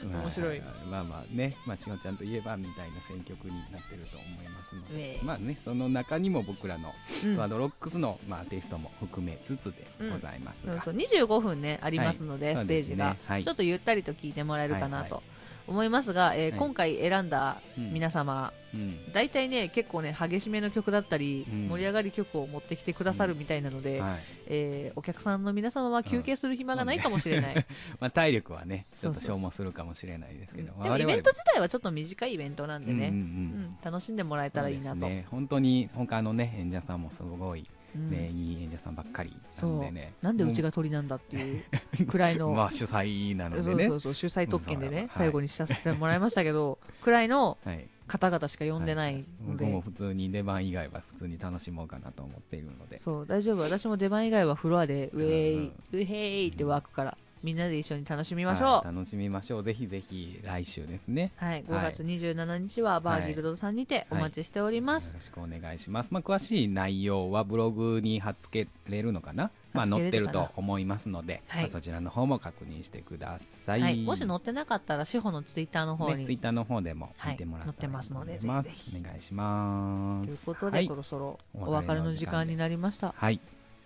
[SPEAKER 2] 面白い
[SPEAKER 1] はははまあまあね、まあ、しのちゃんといえばみたいな選曲になってると思いますので、
[SPEAKER 2] ええ
[SPEAKER 1] まあねその中にも僕らの
[SPEAKER 2] うん
[SPEAKER 1] ワードロックスの、まあ、テイストも含めつつでございますが、
[SPEAKER 2] そうそう25分ねありますの
[SPEAKER 1] は
[SPEAKER 2] で、
[SPEAKER 1] い
[SPEAKER 2] ステージ
[SPEAKER 1] そう
[SPEAKER 2] が
[SPEAKER 1] ですね、はい
[SPEAKER 2] ちょっとゆったりと聞いてもらえるかな
[SPEAKER 1] はいは
[SPEAKER 2] と思いますが、えー
[SPEAKER 1] はい
[SPEAKER 2] 今回選んだ
[SPEAKER 1] うん
[SPEAKER 2] 皆様、
[SPEAKER 1] うん
[SPEAKER 2] 大体ね結構ね激しめの曲だったり、
[SPEAKER 1] うん
[SPEAKER 2] 盛り上がり曲を持ってきてくださるみたいなので、
[SPEAKER 1] はい
[SPEAKER 2] えーお客さんの皆様は休憩する暇がないかもしれない、
[SPEAKER 1] まあ、体力はねち
[SPEAKER 2] そ
[SPEAKER 1] ょ
[SPEAKER 2] う
[SPEAKER 1] っ
[SPEAKER 2] そ
[SPEAKER 1] と
[SPEAKER 2] うそう
[SPEAKER 1] 消耗するかもしれないですけど、
[SPEAKER 2] うんでもイベント自体はちょっと短いイベントなんでね、
[SPEAKER 1] うんうん
[SPEAKER 2] う
[SPEAKER 1] うん
[SPEAKER 2] ん楽しんでもらえたらいいな
[SPEAKER 1] そう
[SPEAKER 2] と、
[SPEAKER 1] ですね、本当に他のね演者さんもすごい、
[SPEAKER 2] うん
[SPEAKER 1] ねいい演者さんばっかりなんでね
[SPEAKER 2] なんでうち
[SPEAKER 1] が
[SPEAKER 2] が鳥なんだっていうくらいの、
[SPEAKER 1] まあ主催なのでね
[SPEAKER 2] そうそうそう主催特権でね、
[SPEAKER 1] うんそうなの
[SPEAKER 2] 最後にさせてもらいましたけど、くらいの
[SPEAKER 1] はい、
[SPEAKER 2] 方々しか呼んでないの
[SPEAKER 1] 僕
[SPEAKER 2] で、
[SPEAKER 1] も普通に出番以外は普通に楽しもうかなと思っているので
[SPEAKER 2] そう大丈夫私も出番以外はフロアでウ
[SPEAKER 1] う
[SPEAKER 2] ェ
[SPEAKER 1] ん
[SPEAKER 2] ーイ、ウヘーイってワークからみんなで一緒に楽しみましょう
[SPEAKER 1] は、
[SPEAKER 2] はい
[SPEAKER 1] 楽しみましょうぜひぜひ来週ですね
[SPEAKER 2] い、5月27日はバーディーグロードさんにてお待ちしておりま
[SPEAKER 1] よ
[SPEAKER 2] す、
[SPEAKER 1] ろしくお願いします、まあ、詳しい内容はブログに貼っ付けれるのかな、まあ、
[SPEAKER 2] 貼っ
[SPEAKER 1] 載
[SPEAKER 2] 付
[SPEAKER 1] っ
[SPEAKER 2] け
[SPEAKER 1] て
[SPEAKER 2] れる
[SPEAKER 1] る
[SPEAKER 2] かな
[SPEAKER 1] と思いますので、
[SPEAKER 2] はい
[SPEAKER 1] まあそちらの方も確認してください、
[SPEAKER 2] はいもし載ってなかったら志保のツイッターの方に、
[SPEAKER 1] ね、ツイッターの方でも
[SPEAKER 2] はい
[SPEAKER 1] 見てもらったら
[SPEAKER 2] 載ってますので
[SPEAKER 1] と思いま
[SPEAKER 2] ぜ
[SPEAKER 1] す
[SPEAKER 2] ひぜ
[SPEAKER 1] お願いしま
[SPEAKER 2] という
[SPEAKER 1] す
[SPEAKER 2] ことで、
[SPEAKER 1] はい
[SPEAKER 2] そ、ろそろお
[SPEAKER 1] お
[SPEAKER 2] 別
[SPEAKER 1] 別
[SPEAKER 2] れ
[SPEAKER 1] れ
[SPEAKER 2] の
[SPEAKER 1] の
[SPEAKER 2] 時
[SPEAKER 1] 時
[SPEAKER 2] 間
[SPEAKER 1] 間で
[SPEAKER 2] になりました
[SPEAKER 1] はい、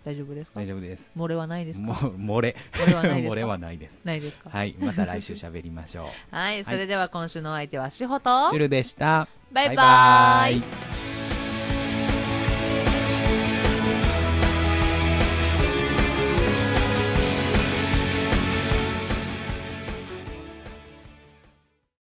[SPEAKER 2] 大丈夫ですか
[SPEAKER 1] 大丈夫です
[SPEAKER 2] 漏れはないです
[SPEAKER 1] も
[SPEAKER 2] か
[SPEAKER 1] う漏れ
[SPEAKER 2] 漏れはないですか
[SPEAKER 1] 漏れはないです
[SPEAKER 2] ないですかはい、
[SPEAKER 1] はいまた来週喋りましょう
[SPEAKER 2] それでは今週のお相手は志保と
[SPEAKER 1] チュルでした
[SPEAKER 2] バイバーイ
[SPEAKER 1] バイバーイ